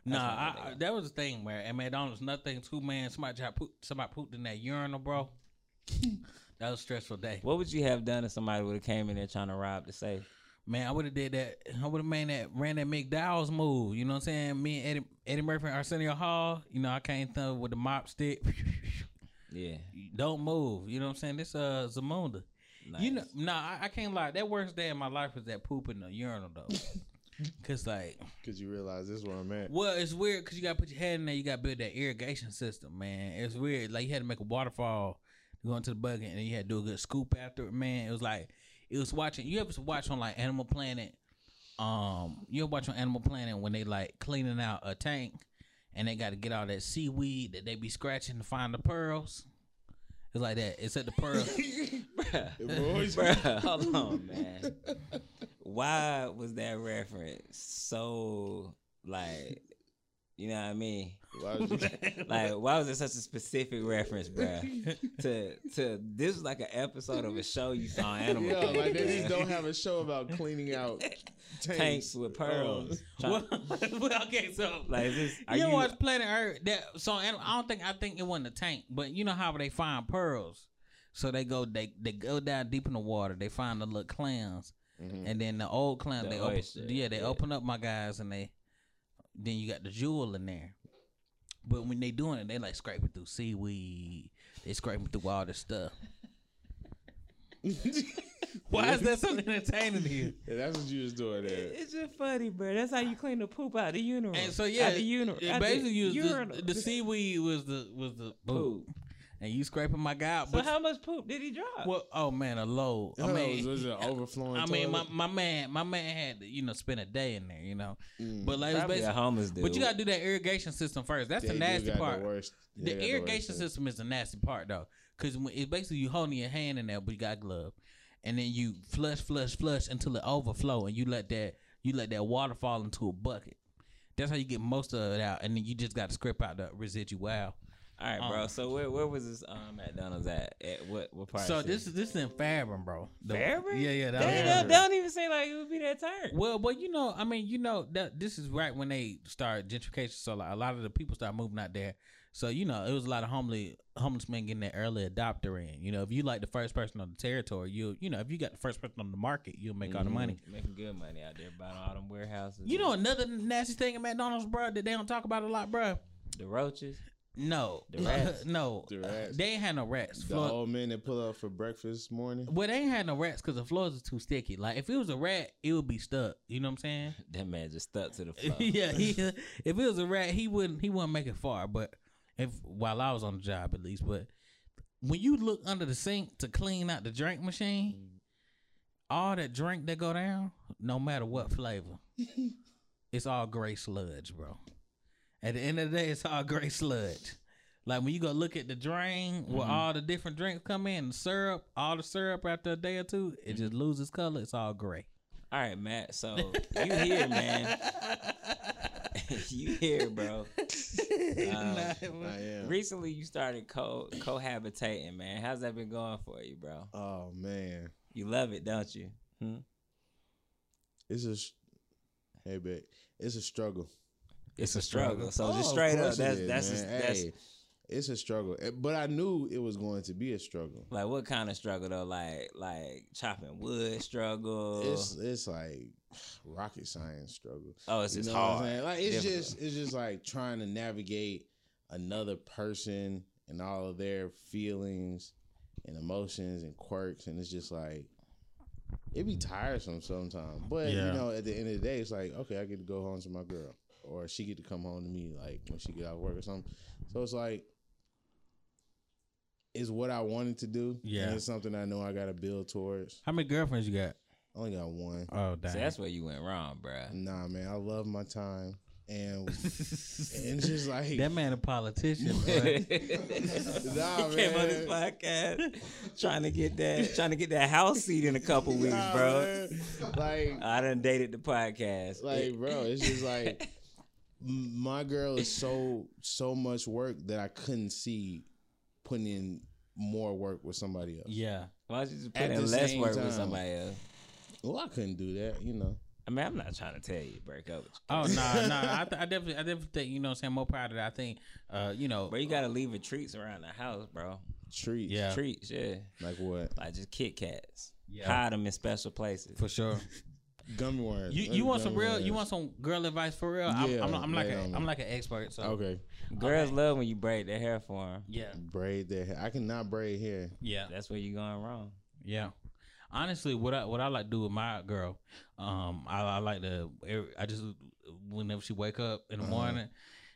Speaker 1: Nah,
Speaker 3: That's not what
Speaker 1: I,
Speaker 3: they
Speaker 1: I,
Speaker 3: got.
Speaker 1: that was the thing where at McDonald's, nothing too man. Somebody tried poop, somebody pooped in that urinal, bro. that was a stressful day,
Speaker 3: What would you have done if somebody would have came in there trying to rob the safe?
Speaker 1: man. I would have did that. I would have made that ran that McDowell's move. You know what I'm saying? Me and Eddie, Eddie Murphy and Arsenio Hall. You know I came through with the mop stick.
Speaker 3: Yeah.
Speaker 1: Don't move. You know what I'm saying? This uh Zamunda. You know,
Speaker 3: nice.
Speaker 1: nah, I, I can't lie. That worst day in my life was that poop in the urinal though, cause like.
Speaker 2: Cause you realize this is where I'm at.
Speaker 1: Well, it's weird because you got to put your head in there. You got to build that irrigation system, man. It's weird. Like you had to make a waterfall to go into the bucket, and then you had to do a good scoop after it, man. It was like it was watching. You ever watch on like Animal Planet? Um, you ever watch on Animal Planet when they like cleaning out a tank, and they got to get all that seaweed that they be scratching to find the pearls. It's like that. It's at the pearl.
Speaker 3: Bruh.
Speaker 2: It always-
Speaker 3: Bruh, hold on, man. Why was that reference so like you know what I mean?
Speaker 2: Why is this-
Speaker 3: Like why was it such a specific reference, bruh? to to this was like an episode of a show you saw on animal.
Speaker 2: Yeah,
Speaker 3: Planet,
Speaker 2: like they
Speaker 3: bruh.
Speaker 2: just don't have a show about cleaning out tanks,
Speaker 3: tanks
Speaker 1: Oh.
Speaker 3: with pearls. Try-
Speaker 1: well, well, okay, so
Speaker 3: like is this are
Speaker 1: you,
Speaker 3: you,
Speaker 1: know watch Planet Earth? That so I don't- I don't think I think it wasn't a tank, but you know how they find pearls. So they go they they go down deep in the water. They find the little clams,
Speaker 2: Mhm.
Speaker 1: and then Mm. the old clams
Speaker 4: The
Speaker 1: they open,
Speaker 4: oyster,
Speaker 1: yeah they
Speaker 4: yeah.
Speaker 1: open up my guys, and they then you got the jewel in there. But when they doing it, they like scraping through seaweed. They scraping through all this stuff. Why is that so entertaining to you?
Speaker 2: Yeah, that's what you was doing there.
Speaker 3: It's just funny, bro. That's how you clean the poop out of the urinal.
Speaker 1: And so yeah,
Speaker 3: out the urinal.
Speaker 1: it
Speaker 3: out the
Speaker 1: basically you
Speaker 3: urinal.
Speaker 1: the, the seaweed was the was the poop,
Speaker 3: poop.
Speaker 1: and you scraping my guy.
Speaker 3: So
Speaker 1: But
Speaker 3: how much poop did he drop?
Speaker 1: well, oh man, a load. I
Speaker 2: Oh,
Speaker 1: mean,
Speaker 2: was it an overflowing?
Speaker 1: I mean, my,
Speaker 2: toilet?
Speaker 1: my man, my man had to, you know spend a day in there, you know.
Speaker 2: Mm.
Speaker 1: But like, it's
Speaker 3: Probably a
Speaker 1: basically,
Speaker 3: homeless dude.
Speaker 1: but you gotta do that irrigation system first. That's
Speaker 2: They
Speaker 1: the
Speaker 2: do
Speaker 1: nasty
Speaker 2: got
Speaker 1: part.
Speaker 2: The, worst, they
Speaker 1: the
Speaker 2: got worst
Speaker 1: irrigation
Speaker 2: thing.
Speaker 1: system is the nasty part though, because it's basically you holding your hand in there, but you got a glove, and then you flush, flush, flush until it overflow, and you let that you let that water fall into a bucket. That's how you get most of it out, and then you just got to scrape out the residual.
Speaker 3: All right, bro.
Speaker 1: Um,
Speaker 3: So where where was this um, McDonald's at? At what what part?
Speaker 1: So
Speaker 3: of
Speaker 1: this
Speaker 3: city?
Speaker 1: is this is in Fairburn, bro. The-
Speaker 3: Fairburn?
Speaker 1: Yeah, yeah. that was
Speaker 3: Damn,
Speaker 1: Fairburn.
Speaker 3: that don't even seem like it would be that turn.
Speaker 1: Well, but you know, I mean, you know that this is right when they started gentrification, so like, a lot of the people start moving out there. So you know, it was a lot of homeless homeless men getting their early adopter in. You know, if you like the first person on the territory, you you know, if you got the first person on the market, you'll make all the money.
Speaker 3: Mm-hmm. Making good money out there buying all them warehouses.
Speaker 1: You know, another nasty thing at McDonald's, bro, that they don't talk about a lot, bro.
Speaker 3: the roaches.
Speaker 1: No,
Speaker 3: The rats.
Speaker 1: no,
Speaker 2: The rats.
Speaker 1: they ain't had no rats.
Speaker 2: The
Speaker 1: Floor-
Speaker 2: old men that pull up for breakfast this morning.
Speaker 1: well, they ain't had no rats because the floors is too sticky. Like if it was a rat, it would be stuck. You know what I'm saying?
Speaker 3: That man just stuck to the floor.
Speaker 1: yeah, he, if it was a rat, he wouldn't he wouldn't make it far. But if while I was on the job, at least. But when you look under the sink to clean out the drink machine, all that drink that go down, no matter what flavor, it's all gray sludge, bro. At the end of the day, it's all gray sludge. Like when you go look at the drain where all the different drinks come in, the syrup, all the syrup after a day or two, it just loses color. It's all gray.
Speaker 3: All right, Matt. So you here, man? you here, bro? Um,
Speaker 1: Nah, it was-
Speaker 2: Oh, I am.
Speaker 3: Recently, you started co cohabitating, man. How's that been going for you, bro?
Speaker 2: oh man,
Speaker 3: You love it, don't you?
Speaker 2: it's a. sh- Hey, babe, it's a struggle.
Speaker 3: It's a struggle. So just
Speaker 2: Oh, of
Speaker 3: straight up,
Speaker 2: course it
Speaker 3: that's
Speaker 2: is,
Speaker 3: that's just,
Speaker 2: man.
Speaker 3: that's
Speaker 2: Hey, it's a struggle. Eh, But I knew it was going to be a struggle.
Speaker 3: like what kind of struggle though? Like like chopping wood struggle.
Speaker 2: It's it's like rocket science struggle.
Speaker 3: oh, it's
Speaker 2: You
Speaker 3: just
Speaker 2: know what I'm
Speaker 3: hard.
Speaker 2: saying? Like it's
Speaker 3: Difficult.
Speaker 2: just it's just like trying to navigate another person and all of their feelings and emotions and quirks, and it's just like it be tiresome sometimes. But
Speaker 1: Yeah.
Speaker 2: you know, at the end of the day, it's like okay, I get to go home to my girl, or she get to come home to me, like when she get out of work or something. So it's like. It's what I wanted to do.
Speaker 1: Yeah.
Speaker 2: And it's something I know I got to build towards.
Speaker 1: How many girlfriends you got?
Speaker 2: I only got one.
Speaker 1: Oh, damn.
Speaker 3: So that's where you went wrong, bro.
Speaker 2: Nah, man, I love my time, and and it's just like
Speaker 1: that man a politician. bruh.
Speaker 3: he came on this
Speaker 2: man.
Speaker 3: podcast trying to get that trying to get that house seat in a couple weeks,
Speaker 2: Nah,
Speaker 3: bro.
Speaker 2: man. Like,
Speaker 3: I done dated the podcast.
Speaker 2: like, bro, it's just like m- my girl is so so much work that I couldn't see putting in more work with somebody else.
Speaker 1: yeah,
Speaker 3: Why don't you just
Speaker 2: At
Speaker 3: put
Speaker 2: the
Speaker 3: in less
Speaker 2: same
Speaker 3: work with
Speaker 2: time.
Speaker 3: somebody else?
Speaker 2: Well, I couldn't do that, you know.
Speaker 3: I mean, I'm not trying to tell you to break up with you.
Speaker 1: Oh no, no. I, th- I definitely, I definitely think you know. what I'm saying more proud of that. I think, uh, you know,
Speaker 3: But you gotta leave with treats around the house, bro.
Speaker 2: Treats,
Speaker 1: Yeah.
Speaker 3: Treats, yeah.
Speaker 2: like what
Speaker 3: Like just Kit Kats.
Speaker 1: Yeah.
Speaker 3: Hide them in special places.
Speaker 1: for sure.
Speaker 2: gummy worms.
Speaker 1: You
Speaker 2: Let's
Speaker 1: you want some
Speaker 2: gummy
Speaker 1: real? You
Speaker 2: worms.
Speaker 1: want some girl advice for real? I'm,
Speaker 2: Yeah,
Speaker 1: I'm, I'm like
Speaker 2: lay it
Speaker 1: a,
Speaker 2: on me.
Speaker 1: I'm like an expert. So
Speaker 2: okay?
Speaker 3: Girls love when you braid their hair for them.
Speaker 1: yeah,
Speaker 2: Braid their hair. I cannot braid hair.
Speaker 1: yeah,
Speaker 3: That's where you're going wrong.
Speaker 1: yeah. Honestly, what I what I like to do with my girl, um, I, I like to. every- I just whenever she wake up in the
Speaker 2: Uh-huh.
Speaker 1: morning,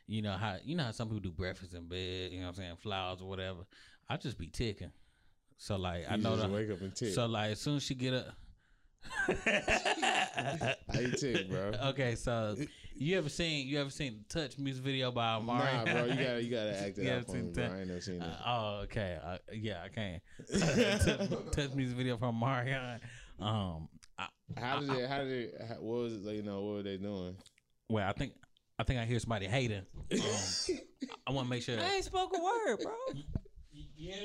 Speaker 1: you know how you know how some people do breakfast in bed. You know what I'm saying flowers or whatever. I just be ticking. So like I
Speaker 2: You
Speaker 1: know
Speaker 2: just
Speaker 1: that.
Speaker 2: wake up and tick.
Speaker 1: So like as soon as she get up
Speaker 2: How you tick, bro?
Speaker 1: Okay, so you ever seen you ever seen the touch music video by Amari?
Speaker 2: Nah, bro, you gotta you gotta act it
Speaker 1: You
Speaker 2: out
Speaker 1: haven't
Speaker 2: for me,
Speaker 1: seen
Speaker 2: bro.
Speaker 1: that?
Speaker 2: I ain't never seen
Speaker 1: Uh,
Speaker 2: that.
Speaker 1: oh, okay. Uh, yeah, I can. touch, touch music video from Marion. Um, I,
Speaker 2: How did it? How did it? How, what was it? Like, you know, what were they doing?
Speaker 1: well, I think I think I hear somebody hating. Um, I want to make sure.
Speaker 3: I ain't spoke a word, bro.
Speaker 1: Yeah.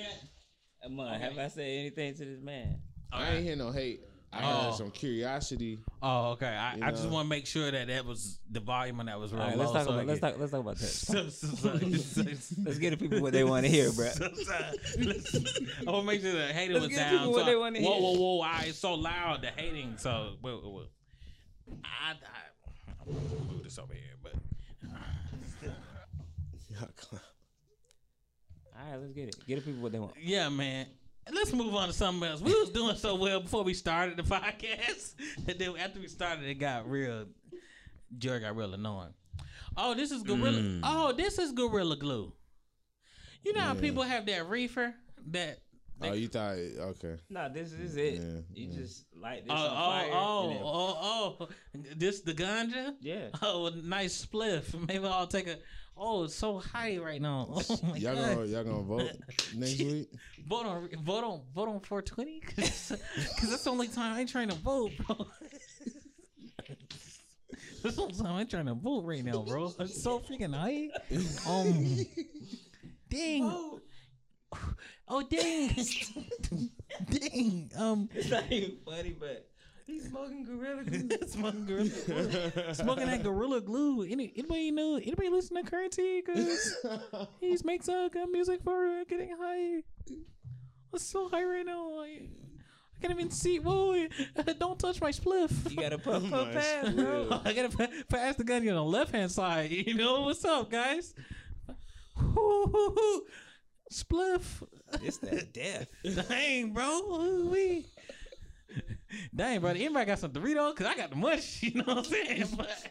Speaker 3: Come on, have I said anything to this man?
Speaker 1: All
Speaker 2: I ain't
Speaker 1: right.
Speaker 2: hear no hate. I had
Speaker 1: Oh.
Speaker 2: some curiosity.
Speaker 1: Oh, okay. I,
Speaker 2: You
Speaker 1: I just
Speaker 2: know.
Speaker 1: want to make sure that that was the volume and that was real
Speaker 3: All right,
Speaker 1: low.
Speaker 3: let's talk
Speaker 1: so
Speaker 3: about
Speaker 1: it
Speaker 3: let's
Speaker 1: get-
Speaker 3: talk let's talk about that.
Speaker 1: So- so- so-
Speaker 3: Let's give the people what they want to hear, bro.
Speaker 1: So- so- let's- I want to make sure the hating
Speaker 3: Let's
Speaker 1: was
Speaker 3: give
Speaker 1: down.
Speaker 3: people what
Speaker 1: so-
Speaker 3: they wanna
Speaker 1: whoa,
Speaker 3: hear.
Speaker 1: whoa, whoa! I, it's so loud the hating. So, wait, wait, wait. I, I, I'm gonna move this over here, but
Speaker 3: All right, let's get it. Give the people what they want.
Speaker 1: yeah, man. Let's move on to something else. We was doing so well before we started the podcast, and then after we started, it got real. Jerry got real annoying. Oh, this is gorilla.
Speaker 2: Mm.
Speaker 1: Oh, this is gorilla glue. You know how
Speaker 2: Yeah.
Speaker 1: people have that reefer that.
Speaker 2: oh,
Speaker 1: that-
Speaker 2: you thought okay?
Speaker 3: No, this is
Speaker 2: it. Yeah, You yeah.
Speaker 3: just light this
Speaker 1: Oh, oh, oh, oh, oh! This the ganja?
Speaker 3: yeah.
Speaker 1: Oh, nice spliff. Maybe I'll take a. Oh, it's so high right now. Oh my
Speaker 2: y'all
Speaker 1: god!
Speaker 2: gonna y'all gonna vote next week?
Speaker 1: Vote on, vote on, vote on 420. Cause, 'cause that's the only time I ain't trying to vote, bro. That's the only time I ain't trying to vote right now, bro. I'm so freaking high. Um, dang. Oh, dang, dang. Um,
Speaker 3: It's not even funny, but he's smoking gorilla glue.
Speaker 1: smoking gorilla, smoking that gorilla glue. Any, anybody know? Anybody listen to Currency? Cause he just makes uh, good music for uh, getting high. I'm so high right now. I, I can't even see. Whoa! Don't touch my spliff.
Speaker 3: You gotta puff
Speaker 2: Oh,
Speaker 3: puff
Speaker 2: my
Speaker 3: pass, bro.
Speaker 2: spliff.
Speaker 1: I gotta pa- pass the gun on the left hand side. You know what's up, guys? Woo-hoo-hoo. Spliff.
Speaker 3: It's that death.
Speaker 1: Dang, bro. Ooh-wee. Dang, brother. Anybody got some Dorito? Cause I got the mush. You know what I'm saying? But-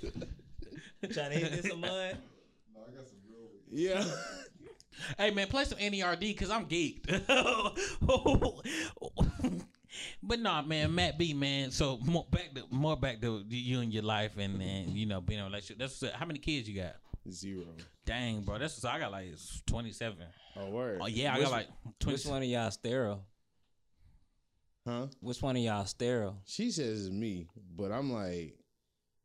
Speaker 3: Trying to hit this a mud.
Speaker 2: yeah.
Speaker 1: Hey man, play some E NERD because I'm geeked. but nah, man, Matt B, man. So more back to more back to you and your life and and you know being in a relationship. That's what's up. how many kids you got?
Speaker 2: Zero.
Speaker 1: Dang, bro, that's what's I got like 27.
Speaker 2: Oh word.
Speaker 1: Oh yeah, I
Speaker 3: Which-
Speaker 1: got like
Speaker 3: Which
Speaker 1: 27.
Speaker 3: one of y'all sterile?
Speaker 2: Huh?
Speaker 3: Which one of y'all sterile?
Speaker 2: She says it's me, but I'm like,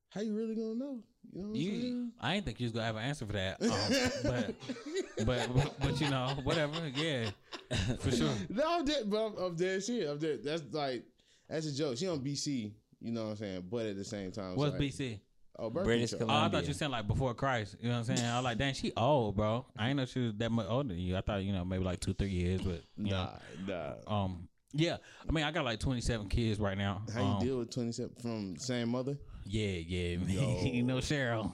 Speaker 2: how you really gonna know? You know what
Speaker 3: You-
Speaker 1: I ain't think you was gonna have an answer for that.
Speaker 2: I'm
Speaker 1: Um,
Speaker 2: saying?
Speaker 1: but, but but but you know whatever, yeah, for sure.
Speaker 2: no, I'm dead, but I'm, I'm dead serious. I'm dead. That's like that's a joke. She on BC, you know what I'm saying? But at the same time, it's
Speaker 1: What's
Speaker 2: like,
Speaker 1: BC?
Speaker 2: Oh, birth
Speaker 3: British
Speaker 2: control.
Speaker 1: Oh, I thought
Speaker 3: Columbia.
Speaker 1: you said like before Christ. You know what I'm saying? I was like, dang, she old, bro. I ain't know she was that much older than you. I thought, you know, maybe like two, three years, but you
Speaker 2: Nah, nah.
Speaker 1: know. Um yeah. I mean I got like twenty seven kids right now.
Speaker 2: How
Speaker 1: um,
Speaker 2: you deal with 27 from same mother?
Speaker 1: Yeah, yeah. man. you know Cheryl.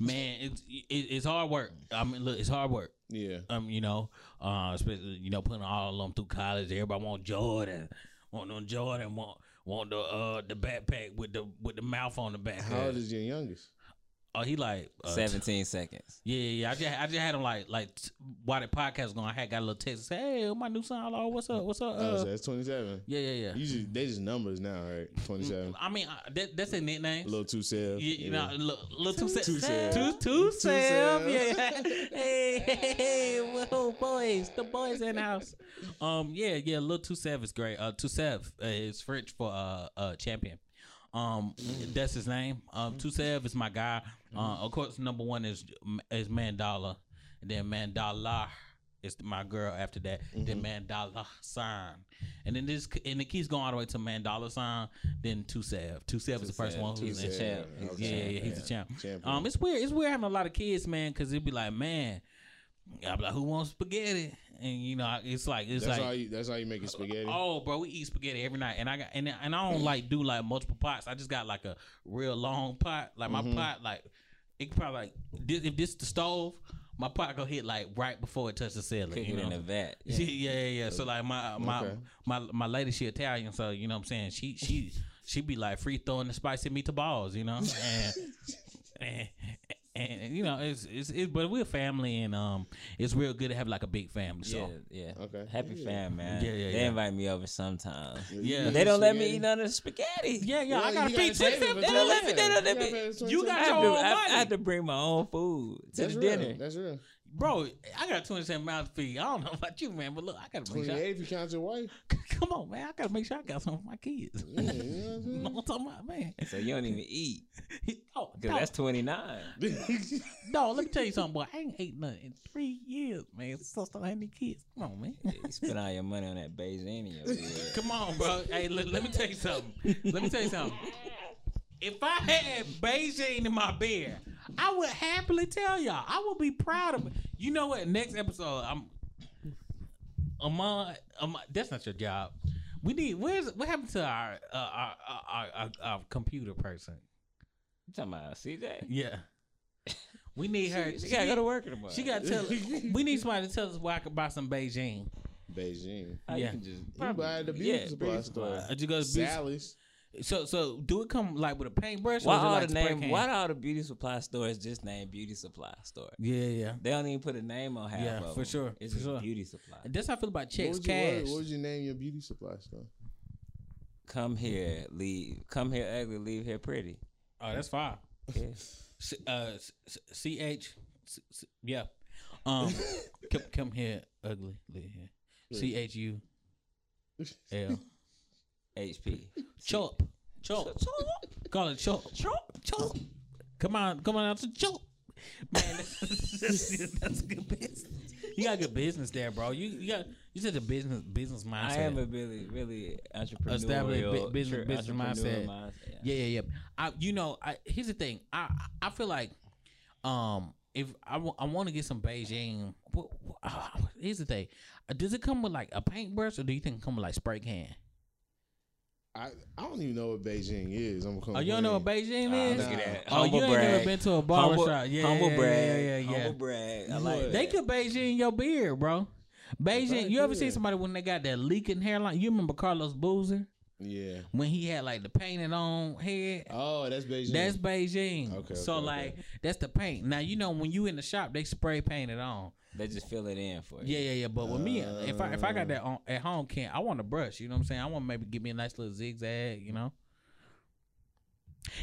Speaker 1: Man, it's it, it's hard work. I mean look, it's hard work.
Speaker 2: Yeah.
Speaker 1: Um, you know, uh especially you know, putting all of them through college. Everybody want Jordan. Want them Jordan, want want the uh the backpack with the with the mouth on the back.
Speaker 2: How old is your youngest?
Speaker 1: oh he like uh,
Speaker 3: 17 seconds.
Speaker 1: Yeah, yeah, yeah. I just, I just had him like, like t- while the podcast was going, I had got a little text. Hey, my new son, hello, what's up? What's up?
Speaker 2: oh,
Speaker 1: Uh,
Speaker 2: so that's 27.
Speaker 1: yeah, yeah, yeah.
Speaker 2: You just, they just numbers now, right? 27.
Speaker 1: I mean, I, that, that's a nickname.
Speaker 2: Little two
Speaker 1: You,
Speaker 2: cells.
Speaker 1: Mm, you know, look, little two
Speaker 2: Two
Speaker 1: cents,
Speaker 2: cents.
Speaker 1: two two cents.
Speaker 2: cents.
Speaker 1: Yeah, yeah. hey, hey, hey, whoa, boys, the boys in the house. Um, yeah, yeah. Little two sev is great. Uh, two sev uh, is French for uh, uh champion. Um, that's his name. Um, two sev is my guy. Uh, of course, number one is is Mandala, and then Mandala. is my girl after that. Then Mandala sign. And then this and it keeps going all the way to Mandala sign, then two sev. Two sev is the first
Speaker 3: Sev,
Speaker 1: one who's
Speaker 3: Two
Speaker 1: in
Speaker 3: Sev. champ. He's
Speaker 1: yeah, yeah, yeah, he's a
Speaker 2: yeah.
Speaker 1: champ.
Speaker 2: Champion.
Speaker 1: Um, it's weird. It's weird having a lot of kids, man, because it'd be like, man, I'd be like, who wants spaghetti? And you know, I- it's like, it's
Speaker 2: that's how
Speaker 1: like,
Speaker 2: you. That's how you make it spaghetti.
Speaker 1: oh, bro, we eat spaghetti every night, and I got, and and I don't like do like multiple pots. I just got like a real long pot. Like my
Speaker 2: Mhm.
Speaker 1: pot, like it could probably like this, if this the stove, my pot gonna hit like right before it touches the ceiling.
Speaker 3: Cook
Speaker 1: you
Speaker 3: it
Speaker 1: know?
Speaker 3: in a vat.
Speaker 1: Yeah, yeah, yeah. yeah. So like my uh, my
Speaker 2: Okay.
Speaker 1: my my lady, she Italian, so you know what I'm saying. She she she be like free throwing the spicy meatballs, you know, and and, and, you know it's it's it, but we're family and um it's real good to have like a big family.
Speaker 3: Yeah,
Speaker 1: So
Speaker 3: yeah.
Speaker 2: Okay.
Speaker 3: Happy
Speaker 2: Yeah.
Speaker 3: fan, man.
Speaker 1: Yeah, yeah,
Speaker 3: They
Speaker 1: yeah.
Speaker 3: invite me over sometimes.
Speaker 2: You
Speaker 1: Yeah.
Speaker 2: eat
Speaker 1: But
Speaker 3: They don't let
Speaker 2: spaghetti?
Speaker 3: me eat none of the spaghetti.
Speaker 1: yeah, yeah, I
Speaker 2: you
Speaker 1: gotta feed
Speaker 2: pay
Speaker 1: tip.
Speaker 2: for
Speaker 1: They
Speaker 2: it.
Speaker 1: don't let me.
Speaker 3: they don't let me-
Speaker 2: gotta pay for it.
Speaker 1: You
Speaker 3: I
Speaker 1: got your
Speaker 3: have, to,
Speaker 1: own
Speaker 3: I, I
Speaker 1: money.
Speaker 3: have to bring my own food to
Speaker 2: That's
Speaker 3: the
Speaker 2: real.
Speaker 3: dinner.
Speaker 2: That's real.
Speaker 1: Bro, I got 27 mouths to feed. I don't know about you, man, but look, I gotta make
Speaker 2: Twenty
Speaker 1: sure.
Speaker 2: eight if you count your wife.
Speaker 1: Come on, man, I gotta make sure I got some for my kids.
Speaker 2: Yeah, you know what
Speaker 1: You know
Speaker 2: I'm
Speaker 1: what I'm talking about, man?
Speaker 3: So you don't even eat
Speaker 1: Oh,
Speaker 3: because
Speaker 1: no,
Speaker 3: that's twenty nine.
Speaker 2: saying?
Speaker 1: no, let me tell you something, boy. I ain't ate nothing in three years, man. So I still had any kids. Come on, man.
Speaker 3: You spend all your money on that Beijing in your head.
Speaker 1: Come on, bro. Hey, let, let me tell you something. Let me tell you something. If I had Beijing in my beer, I would happily tell y'all. I would be proud of it. You know what? Next episode, I'm. Amon, Amon, that's not your job. We need. Where's what happened to our uh, our, our, our, our our computer person?
Speaker 3: You talking about CJ?
Speaker 1: Yeah, we need her.
Speaker 3: She, gotta go to work in the morning.
Speaker 1: She got to tell. we need somebody to tell us where I could buy some Beijing.
Speaker 2: Beijing.
Speaker 3: How
Speaker 1: yeah.
Speaker 3: You can just
Speaker 2: You buy the beauty supply store.
Speaker 1: Uh, you go to beauty-
Speaker 2: Sally's.
Speaker 1: So so do it come like with a paintbrush?
Speaker 3: Why
Speaker 1: or is it
Speaker 3: all
Speaker 1: like
Speaker 3: the
Speaker 1: spray
Speaker 3: name?
Speaker 1: can?
Speaker 3: Why all the beauty supply stores just named beauty supply store?
Speaker 1: Yeah, yeah.
Speaker 3: They don't even put a name on half
Speaker 1: Yeah,
Speaker 3: of them.
Speaker 1: for sure,
Speaker 3: It's
Speaker 1: for
Speaker 3: just
Speaker 1: sure.
Speaker 3: beauty supply.
Speaker 1: And That's how I feel about
Speaker 2: What
Speaker 1: checks,
Speaker 2: would, you, what,
Speaker 1: cash.
Speaker 2: what would you name your beauty supply store?
Speaker 3: Come here, leave. Come here, ugly. Leave here, pretty.
Speaker 1: Oh, that's fine.
Speaker 3: Yeah.
Speaker 1: C, uh, C- C- CH, C- C- yeah. Um, come, come here, ugly. Live here. C H U L.
Speaker 3: HP.
Speaker 1: Chop, chop. Call it chop, chop, chop. Come on, come on out to chop. Man, that's, that's, that's good business. You got good business there, bro. You you got you said the business business mindset.
Speaker 3: I am a really, really entrepreneurial,
Speaker 1: Established bu- business-
Speaker 3: tre-
Speaker 1: business
Speaker 3: entrepreneurial
Speaker 1: mindset.
Speaker 3: mindset.
Speaker 1: Yeah, yeah, yeah. I, you know, I, here's the thing. I, I feel like, um, if I want to get some Beijing, what, uh, here's the thing. Uh, Does it come with like a paintbrush, or do you think it come with like spray can?
Speaker 2: I, I don't even know what Beijing is. I'm gonna
Speaker 1: Oh, you don't know what
Speaker 2: complain.
Speaker 1: Beijing
Speaker 3: Ah,
Speaker 1: is?
Speaker 3: look at that.
Speaker 1: Oh, you
Speaker 3: Humble
Speaker 1: ain't never
Speaker 3: brag.
Speaker 1: been to a barber
Speaker 3: Humble,
Speaker 1: shop? Yeah,
Speaker 3: humble
Speaker 1: yeah,
Speaker 3: brag.
Speaker 1: yeah, yeah, yeah.
Speaker 3: Humble brag. I like
Speaker 2: What?
Speaker 1: They
Speaker 3: that.
Speaker 1: could Beijing your beard, bro. Beijing.
Speaker 2: They
Speaker 1: You ever
Speaker 2: could.
Speaker 1: seen somebody when they got that leaking hairline? You remember Carlos Boozer
Speaker 2: Yeah.
Speaker 1: when he had like the painted on head?
Speaker 2: Oh, that's Beijing.
Speaker 1: That's Beijing.
Speaker 2: Okay,
Speaker 1: so
Speaker 2: okay,
Speaker 1: like
Speaker 2: okay.
Speaker 1: that's the paint. Now you know when you in the shop they spray paint it on.
Speaker 3: They just fill it in for you.
Speaker 1: Yeah, yeah, yeah. But with me, if I if I got
Speaker 2: Uh.
Speaker 1: that on, at home, can I want to brush? You know what I'm saying? I want to maybe give me a nice little zigzag. You know.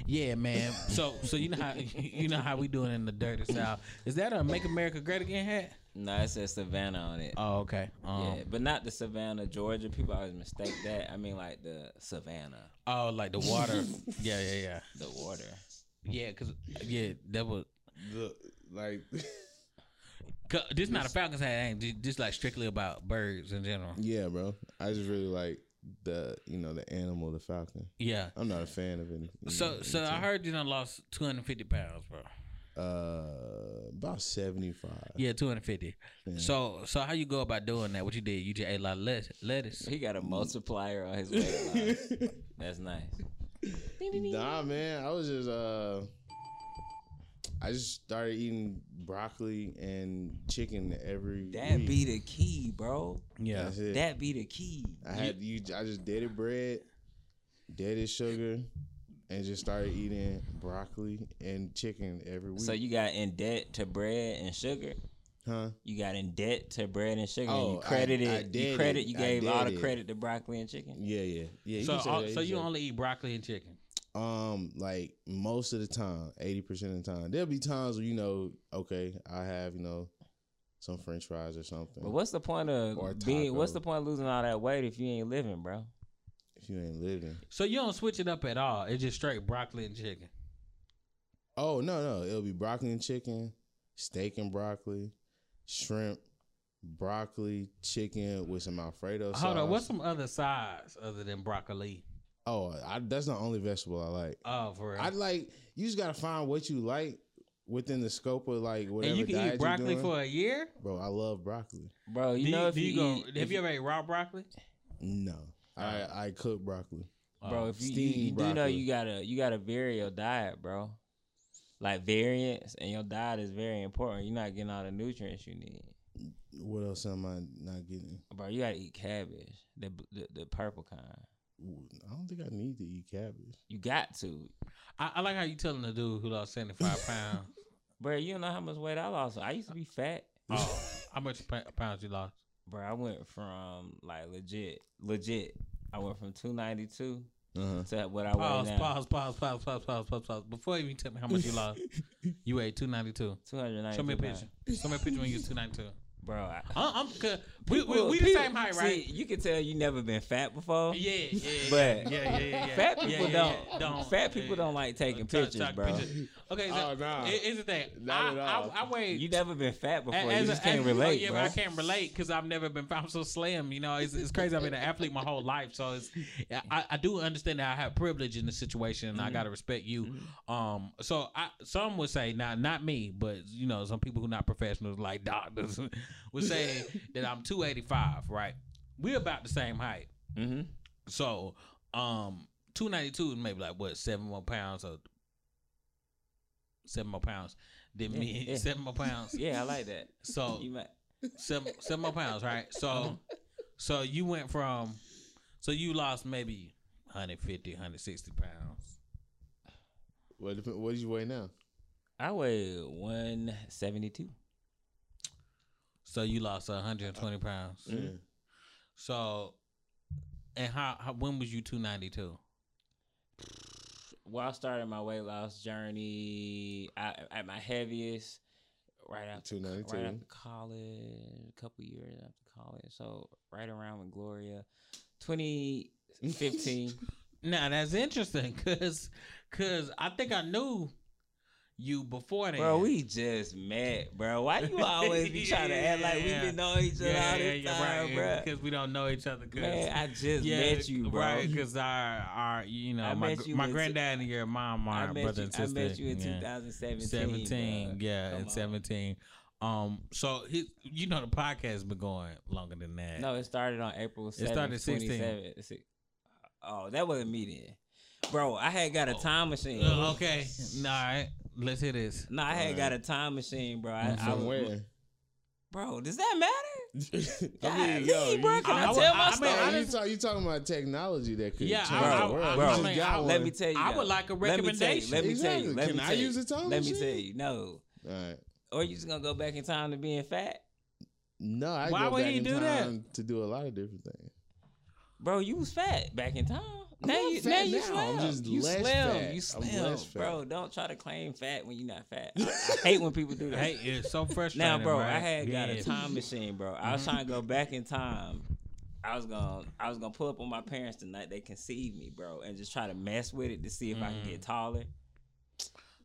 Speaker 1: Yeah, man. So so you know how you know how we doing in the dirty south. Is that a Make America Great Again hat?
Speaker 3: No, it says Savannah on it.
Speaker 1: Oh, okay. Um,
Speaker 3: yeah, but not the Savannah, Georgia. People always mistake that. I mean, like the Savannah,
Speaker 1: Oh, like the water. yeah, yeah, yeah.
Speaker 3: the water.
Speaker 1: Yeah, cause yeah, that was.
Speaker 2: the, like.
Speaker 1: 'cause This not a Falcons hat. Ain't this- this like strictly about birds in general?
Speaker 2: yeah, bro. I just really like the you know the animal, the falcon.
Speaker 1: Yeah.
Speaker 2: I'm not a fan of any. you know,
Speaker 1: So,
Speaker 2: any
Speaker 1: so I
Speaker 2: team.
Speaker 1: heard you done lost 250 pounds, bro.
Speaker 2: uh about seventy five.
Speaker 1: Yeah, 250.
Speaker 2: Yeah.
Speaker 1: So, so how you go about doing that? What you did? You just ate a lot of lettuce. lettuce.
Speaker 3: He got a multiplier on his weight line. That's nice.
Speaker 2: Nah, man. I was just uh, I just started eating broccoli and chicken every
Speaker 3: That
Speaker 2: week.
Speaker 3: be the key, bro.
Speaker 1: Yeah.
Speaker 2: That's it.
Speaker 3: That be the key.
Speaker 2: I had you. I just dated bread, dated sugar, and just started eating broccoli and chicken every week.
Speaker 3: So you got in debt to bread and sugar.
Speaker 2: huh?
Speaker 3: You got in debt to bread and sugar. and
Speaker 2: Oh,
Speaker 3: you
Speaker 2: I-
Speaker 3: credited.
Speaker 2: I
Speaker 3: you
Speaker 2: did
Speaker 3: credit.
Speaker 2: it.
Speaker 3: You
Speaker 2: I
Speaker 3: gave all
Speaker 2: did
Speaker 3: the
Speaker 2: it.
Speaker 3: credit to broccoli and chicken.
Speaker 2: Yeah, yeah, yeah.
Speaker 1: so,
Speaker 2: can say
Speaker 1: all-
Speaker 2: that,
Speaker 1: so
Speaker 2: can
Speaker 1: you
Speaker 2: say
Speaker 1: only eat broccoli and chicken.
Speaker 2: that. um like most of the time, eighty percent of the time, there'll be times where you know, okay, I have you know some French fries or something.
Speaker 3: But what's the point
Speaker 2: Or
Speaker 3: of being? What's the
Speaker 2: taco.
Speaker 3: point of losing all that weight if you ain't living, bro?
Speaker 2: if you ain't living?
Speaker 1: So you don't switch it up at all. It's just straight broccoli and chicken.
Speaker 2: Oh no, no, it'll be broccoli and chicken, steak and broccoli, shrimp, broccoli, chicken with some Alfredo sauce.
Speaker 1: Hold on. What's some other sides other than broccoli?
Speaker 2: Oh, I, that's the only vegetable I like.
Speaker 1: Oh, for real.
Speaker 2: I like. You just gotta find what you like within the scope of like whatever
Speaker 1: and you can
Speaker 2: diet
Speaker 1: eat broccoli
Speaker 2: you're doing.
Speaker 1: for a year.
Speaker 2: Bro, I love broccoli.
Speaker 3: Bro, you
Speaker 1: do
Speaker 3: know
Speaker 1: you,
Speaker 3: if
Speaker 1: do
Speaker 3: you,
Speaker 1: you, go,
Speaker 3: eat,
Speaker 1: have you ever ate raw broccoli?
Speaker 2: No, I I cook broccoli.
Speaker 3: bro, if you, you,
Speaker 2: steamed
Speaker 3: you do know
Speaker 2: broccoli.
Speaker 3: you gotta you gotta vary your diet, bro. Like variance and your diet is very important. You're not getting all the nutrients you need,
Speaker 2: What else am I not getting?
Speaker 3: bro. You gotta eat cabbage, the the, the purple kind.
Speaker 2: Ooh, I don't think I need to eat cabbage.
Speaker 3: You got to,
Speaker 1: I, I like how you telling the dude who lost 75 pounds.
Speaker 3: bro. You don't know how much weight I lost. I used to be fat,
Speaker 1: oh, how much pa- pounds you lost?
Speaker 3: bro. I went from like legit, legit. I went from 292
Speaker 2: Uh-huh.
Speaker 5: to what I
Speaker 1: Pause,
Speaker 5: weigh now.
Speaker 1: pause, pause, pause, pause, pause, pause, pause. Before you even tell me how much you lost, you weighed 292.
Speaker 5: 292
Speaker 1: Show me a
Speaker 5: pounds.
Speaker 1: picture. Show me a picture when you was 292.
Speaker 5: bro. I,
Speaker 1: I, am good. We, we,
Speaker 5: Well,
Speaker 1: we the
Speaker 5: people-
Speaker 1: same height,
Speaker 5: see,
Speaker 1: right?
Speaker 5: you can tell you never been fat before.
Speaker 1: Yeah, yeah, yeah. yeah,
Speaker 5: But
Speaker 1: yeah, yeah, yeah.
Speaker 5: Fat
Speaker 1: Yeah,
Speaker 5: people
Speaker 1: yeah,
Speaker 5: don't,
Speaker 1: yeah.
Speaker 5: Fat
Speaker 1: yeah,
Speaker 5: people
Speaker 1: yeah.
Speaker 5: don't like taking
Speaker 1: Talk-
Speaker 5: pictures,
Speaker 1: talk
Speaker 5: bro.
Speaker 1: pictures. Okay, so
Speaker 2: Oh, nah.
Speaker 1: it- it's the thing.
Speaker 2: Not
Speaker 1: I,
Speaker 2: at all.
Speaker 1: I, I weigh.
Speaker 5: You never been fat
Speaker 1: a-
Speaker 5: before. you just can't
Speaker 1: as-
Speaker 5: relate,
Speaker 1: oh, yeah,
Speaker 5: bro.
Speaker 1: but I can't relate because I've never been. I'm so slim, you know. It's, it's crazy. I've been an athlete my whole life, so it's. I, I do understand that I have privilege in the situation, and I
Speaker 5: Mhm.
Speaker 1: gotta respect you.
Speaker 5: Mm-hmm.
Speaker 1: Um, so I some would say not not me, but you know some people who not professionals like doctors would say that I'm 285. Right, we're about the same height.
Speaker 5: Mm-hmm.
Speaker 1: So, um, two ninety two is maybe like what seven more pounds or seven more pounds than
Speaker 5: Yeah,
Speaker 1: me.
Speaker 5: yeah.
Speaker 1: Seven more pounds.
Speaker 5: Yeah, I like that.
Speaker 1: So
Speaker 5: You might,
Speaker 1: seven seven more pounds, right? So, so you went from, so you lost maybe 150, 160 pounds.
Speaker 2: What dep- what did you weigh now?
Speaker 5: I weigh one seventy two.
Speaker 1: So you lost one hundred and twenty pounds.
Speaker 2: Yeah.
Speaker 1: So, and how, how when was you two ninety two?
Speaker 5: Well, I started my weight loss journey I, at my heaviest right after
Speaker 2: Two ninety
Speaker 5: right
Speaker 2: two.
Speaker 5: after college, a couple years after college. So right around with Gloria, twenty fifteen.
Speaker 1: Now that's interesting, cause, cause I think I knew you before then.
Speaker 5: Bro, we just met, bro. Why you always be trying to act like we
Speaker 1: Yeah.
Speaker 5: been knowing each other all this time, bro?
Speaker 1: Because we don't know each other. 'cause-
Speaker 5: Man, I just
Speaker 1: yeah,
Speaker 5: met you, bro.
Speaker 1: Right, because our, our, you know,
Speaker 5: I
Speaker 1: my,
Speaker 5: met
Speaker 1: gr-
Speaker 5: you
Speaker 1: my
Speaker 5: in t-
Speaker 1: granddad and your mom
Speaker 5: I
Speaker 1: are
Speaker 5: met
Speaker 1: brother
Speaker 5: you.
Speaker 1: and
Speaker 5: I
Speaker 1: sister.
Speaker 5: met you in
Speaker 1: yeah.
Speaker 5: 2017.
Speaker 1: 17, yeah,
Speaker 5: Come
Speaker 1: at
Speaker 5: on.
Speaker 1: 17. Um, so he, you know, the podcast's been going longer than that.
Speaker 5: bro. No, it started on April. 7th,
Speaker 1: started 16.
Speaker 5: 27. Si- Oh, that wasn't me then, bro. I had got a
Speaker 1: Oh.
Speaker 5: time machine.
Speaker 1: Uh, okay, all right, let's hear this.
Speaker 5: No, I had
Speaker 2: Alright.
Speaker 5: got a time machine, bro. I,
Speaker 2: I'm
Speaker 5: I
Speaker 2: from
Speaker 5: was,
Speaker 2: where?
Speaker 5: bro, does that matter?
Speaker 2: I mean, yo,
Speaker 5: Golly,
Speaker 2: you,
Speaker 5: bro, can I,
Speaker 1: I- I-
Speaker 5: tell
Speaker 1: I
Speaker 5: my
Speaker 1: mean,
Speaker 5: story?
Speaker 2: Hey,
Speaker 1: I
Speaker 2: you,
Speaker 1: just-
Speaker 2: talk, you talking about technology that could
Speaker 1: Yeah,
Speaker 2: change
Speaker 1: I-
Speaker 2: the
Speaker 1: I-
Speaker 2: world?
Speaker 5: bro,
Speaker 2: you just got one.
Speaker 5: let me tell you.
Speaker 1: I
Speaker 5: now.
Speaker 1: would like a
Speaker 5: Let me tell you,
Speaker 1: recommendation.
Speaker 5: Let me tell
Speaker 2: Exactly.
Speaker 5: you. Let me
Speaker 2: Can
Speaker 5: tell
Speaker 2: I
Speaker 5: you.
Speaker 2: use a time
Speaker 5: Let me
Speaker 2: machine?
Speaker 5: tell you. No.
Speaker 2: All right.
Speaker 5: Or you just gonna go back in time to being fat?
Speaker 2: No, I
Speaker 1: Why
Speaker 2: go
Speaker 1: would
Speaker 2: back
Speaker 1: he
Speaker 2: in
Speaker 1: do that?
Speaker 2: time to do a lot of different things.
Speaker 5: Bro, you was fat back in time.
Speaker 2: I'm
Speaker 5: now
Speaker 2: not
Speaker 5: you
Speaker 2: fat
Speaker 5: now you
Speaker 2: now.
Speaker 5: slim.
Speaker 2: I'm just
Speaker 5: you
Speaker 2: less
Speaker 5: slim.
Speaker 2: fat.
Speaker 5: You
Speaker 2: I'm
Speaker 5: slim.
Speaker 2: less fat.
Speaker 5: Bro, don't try to claim fat when you're not fat. I, I hate when people do that.
Speaker 1: Hey, it's so frustrating.
Speaker 5: now, bro, I
Speaker 1: right?
Speaker 5: had got
Speaker 1: Yeah.
Speaker 5: a time machine, bro. I was
Speaker 1: Mm-hmm.
Speaker 5: trying to go back in time. I was gonna I was gonna pull up on my parents the night they conceived me, bro, and just try to mess with it to see if I can
Speaker 1: Mm.
Speaker 5: get taller.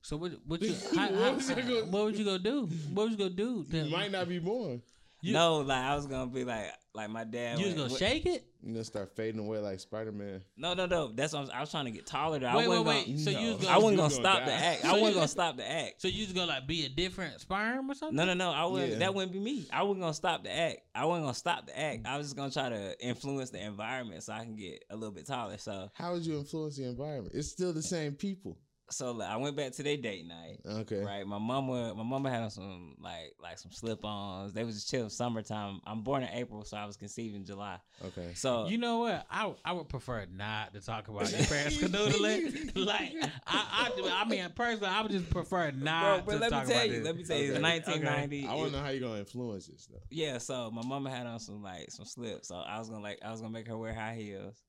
Speaker 1: So what? What you?
Speaker 2: What
Speaker 1: how- how-
Speaker 2: was I gonna-
Speaker 1: what would you go do? What would you go do?
Speaker 2: You might not be born.
Speaker 1: You-
Speaker 5: no, like I was gonna be like like my dad.
Speaker 1: You was
Speaker 5: went-
Speaker 1: gonna
Speaker 5: went-
Speaker 1: shake it?
Speaker 2: You know, start fading away like Spider Man.
Speaker 5: No, no, no. That's what I'm, I was trying to get taller. Though.
Speaker 1: Wait,
Speaker 5: I wasn't
Speaker 1: wait,
Speaker 5: gonna,
Speaker 1: wait. So you
Speaker 2: No.
Speaker 1: was gonna,
Speaker 5: I wasn't
Speaker 2: You
Speaker 5: gonna
Speaker 2: gonna
Speaker 5: stop the
Speaker 2: die.
Speaker 5: act.
Speaker 1: So
Speaker 5: I wasn't
Speaker 1: you-
Speaker 5: gonna stop the act.
Speaker 1: So you was gonna like be a different sperm or something?
Speaker 5: No, no, no. I wouldn't.
Speaker 2: Yeah.
Speaker 5: That wouldn't be me. I wasn't gonna stop the act. I wasn't gonna stop the act. I was just gonna try to influence the environment so I can get a little bit taller. So,
Speaker 2: How would you influence the environment? It's still the same people.
Speaker 5: so like, I went back to their date night.
Speaker 2: Okay.
Speaker 5: Right, my mama, my mama had on some like like some slip ons. They was just chill summertime. I'm born in April, so I was conceived in July.
Speaker 2: Okay.
Speaker 5: So
Speaker 1: You know what? I I would prefer not to talk about your parents canoodling. like I, I I mean personally, I would just prefer
Speaker 5: bro,
Speaker 1: not
Speaker 5: bro,
Speaker 1: to
Speaker 5: let me
Speaker 1: talk
Speaker 5: tell
Speaker 1: about
Speaker 5: you,
Speaker 1: this.
Speaker 5: let me tell you,
Speaker 2: Okay.
Speaker 5: it's 1990.
Speaker 2: I want
Speaker 5: It-
Speaker 2: to know how you're going to influence this, though.
Speaker 5: Yeah, so my mama had on some like some slips, so I was gonna like I was gonna make her wear high heels,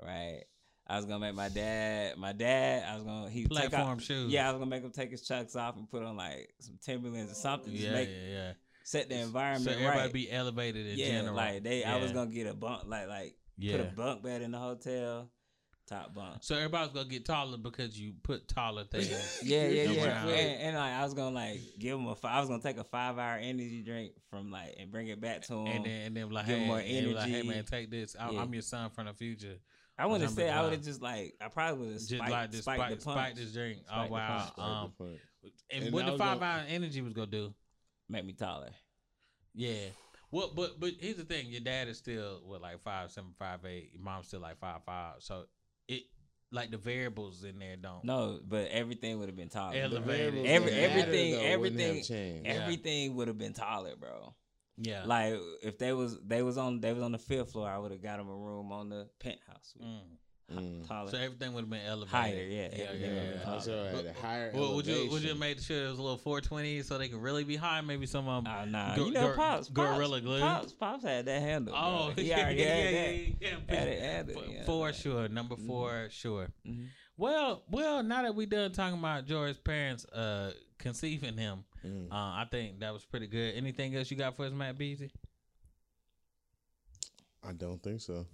Speaker 5: right? I was gonna make my dad, my dad, I was gonna he take
Speaker 1: Platform
Speaker 5: out,
Speaker 1: shoes.
Speaker 5: yeah, I was gonna make him take his chucks off and put on like some Timberlands or something, just
Speaker 1: yeah,
Speaker 5: make
Speaker 1: yeah, yeah.
Speaker 5: set the
Speaker 1: so
Speaker 5: environment
Speaker 1: everybody
Speaker 5: right.
Speaker 1: be elevated in
Speaker 5: yeah,
Speaker 1: general.
Speaker 5: like they,
Speaker 1: yeah.
Speaker 5: I was gonna get a bunk, like like
Speaker 1: yeah.
Speaker 5: put a bunk bed in the hotel, top bunk.
Speaker 1: so everybody's gonna get taller because you put taller things.
Speaker 5: Yeah, yeah,
Speaker 1: Don't
Speaker 5: yeah.
Speaker 1: worry
Speaker 5: And,
Speaker 1: about it.
Speaker 5: and, like I was gonna like give him a, fi- I was gonna take a five hour energy drink from like and bring it back to him.
Speaker 1: And then, and then like,
Speaker 5: Give
Speaker 1: hey,
Speaker 5: more
Speaker 1: and be like, hey
Speaker 5: energy.
Speaker 1: man, take this. I,
Speaker 5: Yeah.
Speaker 1: I'm your son from the future.
Speaker 5: I wouldn't
Speaker 1: number
Speaker 5: say I
Speaker 1: five.
Speaker 5: would have just like I probably would have
Speaker 1: Just
Speaker 5: spiked,
Speaker 1: like this,
Speaker 5: spiked
Speaker 1: spike,
Speaker 5: the punch,
Speaker 1: spike this drink.
Speaker 5: Spike
Speaker 1: oh
Speaker 5: the
Speaker 1: wow!
Speaker 5: punch.
Speaker 1: Um, and,
Speaker 2: And
Speaker 1: what
Speaker 2: I
Speaker 1: the
Speaker 2: was
Speaker 1: 5
Speaker 2: gonna-
Speaker 1: hour energy was gonna do?
Speaker 5: make me taller.
Speaker 1: Yeah. Well, but but here's the thing: your dad is still what like five seven five eight. Your mom's still like five five. So it like the variables in there don't.
Speaker 5: No, but everything would have been taller.
Speaker 1: Ele- Elevated.
Speaker 5: Every-
Speaker 2: that matter,
Speaker 5: everything-
Speaker 2: though, wouldn't have
Speaker 5: everything-
Speaker 2: changed.
Speaker 1: Yeah.
Speaker 5: Everything would have been taller, bro.
Speaker 1: Yeah.
Speaker 5: Like if they was they was on they was on the fifth floor, I would have got him a room on the penthouse. suite.
Speaker 1: Mm.
Speaker 3: Mm.
Speaker 5: taller,
Speaker 1: So everything would have been elevated.
Speaker 5: higher. Yeah,
Speaker 1: yeah,
Speaker 5: everything
Speaker 1: yeah.
Speaker 5: would've been
Speaker 1: yeah.
Speaker 5: taller.
Speaker 3: That's all right.
Speaker 1: But-
Speaker 3: The higher
Speaker 1: Well, would you would you
Speaker 3: elevation.
Speaker 1: have made sure it was a little 420 so they could really be high? Maybe some um.
Speaker 5: Oh, nah,
Speaker 1: Gor-
Speaker 5: you know
Speaker 1: gor-
Speaker 5: pops, pops,
Speaker 1: Gorilla Glue?
Speaker 5: Pops, pops had that handle.
Speaker 1: oh,
Speaker 5: bro. he already
Speaker 1: yeah,
Speaker 5: had
Speaker 1: yeah,
Speaker 5: that.
Speaker 1: yeah, yeah, yeah.
Speaker 5: Had it, had it,
Speaker 1: For,
Speaker 5: yeah, Mm-hmm.
Speaker 1: for
Speaker 5: like-
Speaker 1: sure, number 4 sure.
Speaker 5: Mhm.
Speaker 1: Well, well, now that we done talking about George's parents uh conceiving him,
Speaker 3: Mm.
Speaker 1: uh, I think that was pretty good. Anything else you got for us, Matt Beasy?
Speaker 3: I don't think so.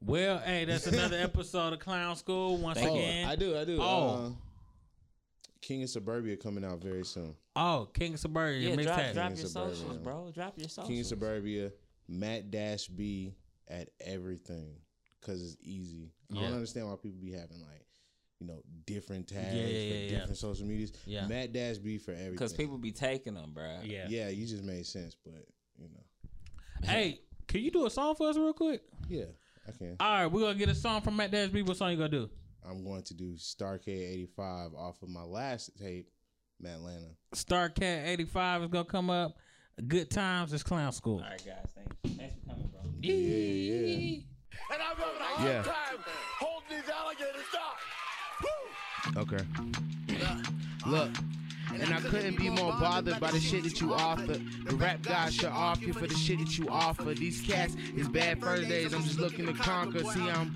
Speaker 1: Well, hey, that's another episode of Clown School once
Speaker 3: oh,
Speaker 1: again.
Speaker 3: I do. I do.
Speaker 1: Oh.
Speaker 3: Uh, King of Suburbia coming out very soon.
Speaker 1: oh, King of Suburbia
Speaker 5: Yeah, drop,
Speaker 1: mixtape.
Speaker 5: drop
Speaker 3: King
Speaker 5: your
Speaker 3: Suburban.
Speaker 5: socials, bro. Drop your socials.
Speaker 3: King of Suburbia, Matt Dash B at everything because it's easy. I
Speaker 1: Yeah.
Speaker 3: don't understand why people be having like, you know, different tags
Speaker 1: Yeah, yeah,
Speaker 3: for
Speaker 1: yeah, yeah.
Speaker 3: different social medias.
Speaker 1: Yeah.
Speaker 3: Matt Dash B for everything.
Speaker 5: Because people be taking them, bro.
Speaker 1: Yeah.
Speaker 3: yeah, you just made sense, but you know,
Speaker 1: Hey, can you do a song for us real quick?
Speaker 3: yeah, I can.
Speaker 1: All right, we're gonna get a song from Matt Dash B. What song you gonna do?
Speaker 3: I'm going to do Starcade '85 off of my last tape, Matlanta.
Speaker 1: Starcat eighty five is gonna come up. Good times is clown school.
Speaker 5: All right, guys. Thanks. Thanks for coming, bro.
Speaker 3: Yeah, yeah.
Speaker 6: and I'm having a hard
Speaker 3: Yeah.
Speaker 6: time holding these alligators down. Woo!
Speaker 2: Okay. Look. And I couldn't be more bothered by the shit that you offer. The rap God should off you for the shit that you offer. These cats is bad Thursdays. I'm just looking to conquer. See, I'm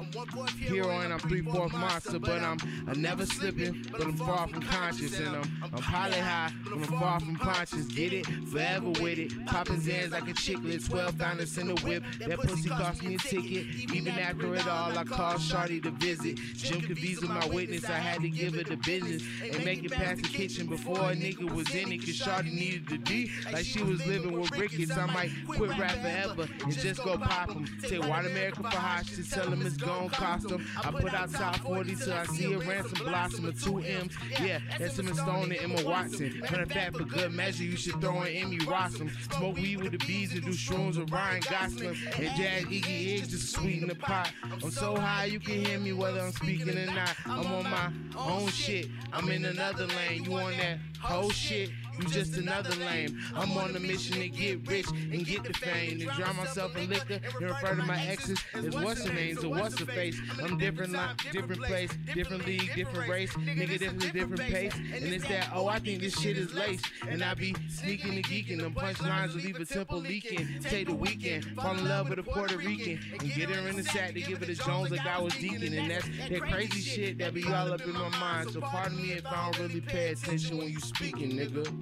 Speaker 2: hero and I'm three fourth monster, but I'm I never slipping, but I'm far from conscious and I'm I'm probably high, but I'm far from conscious. Get it forever with it, popping zans like a chicklet, twelve dollars in the whip. That pussy cost me a ticket. Even after it all, I called Shorty to visit. Jim Caviezel, my witness, I had to give her the business and make it past the kitchen before a nigga was in it. Cause Shorty needed the D like she was living with rickets. I might quit rap forever and just go pop 'em. Take White America for hostage, tell them it's gone cost 'em. I put out top 40 till I see a ransom blossom of two M's. Yeah, that's Emma Stone and Emma Watson. Matter of fact, for good measure, you should throw in Emmy Rossum. Smoke weed with the bees and do shrooms with Ryan Gosling. And jazz Iggy Iggs just sweeten the pot. I'm so high, you can hear me whether I'm speaking or not. I'm on my own shit. I'm in another lane. You on that whole shit? You just another lame. I'm on a mission to get rich and get the fame. To drown myself in liquor and refer to my exes as what's her name, so what's her face. I'm different line, different place, different league, different race. Nigga, this is a different pace. And it's that, oh, I think this shit is lace. And I be sneaking and geeking. Them punchlines will leave a temple leaking. Take the weekend, fall in love with a Puerto Rican. And get her in the sack to give her the Jones like I was deacon. And that's that crazy shit that be all up in my mind. So pardon me if I don't really pay attention when you speaking, nigga.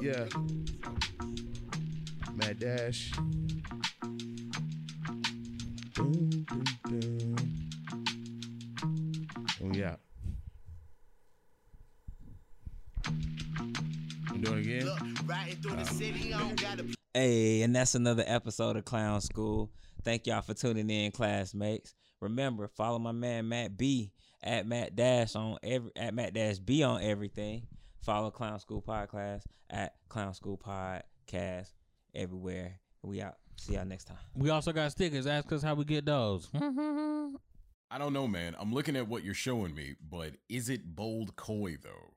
Speaker 2: Yeah. Matt Dash. Dun, dun, dun. And we out. You doing it again?
Speaker 6: Riding through the city, I don't gotta
Speaker 5: Hey, and that's another episode of Clown School. Thank y'all for tuning in, classmates. Remember, follow my man Matt B at Matt Dash on every at Matt Dash B on everything. Follow Clown School Podcast at Clown School Podcast everywhere. We out. See y'all next time.
Speaker 1: We also got stickers. Ask us how we get those.
Speaker 7: I don't know, man. I'm looking at what you're showing me, but is it bold coy though?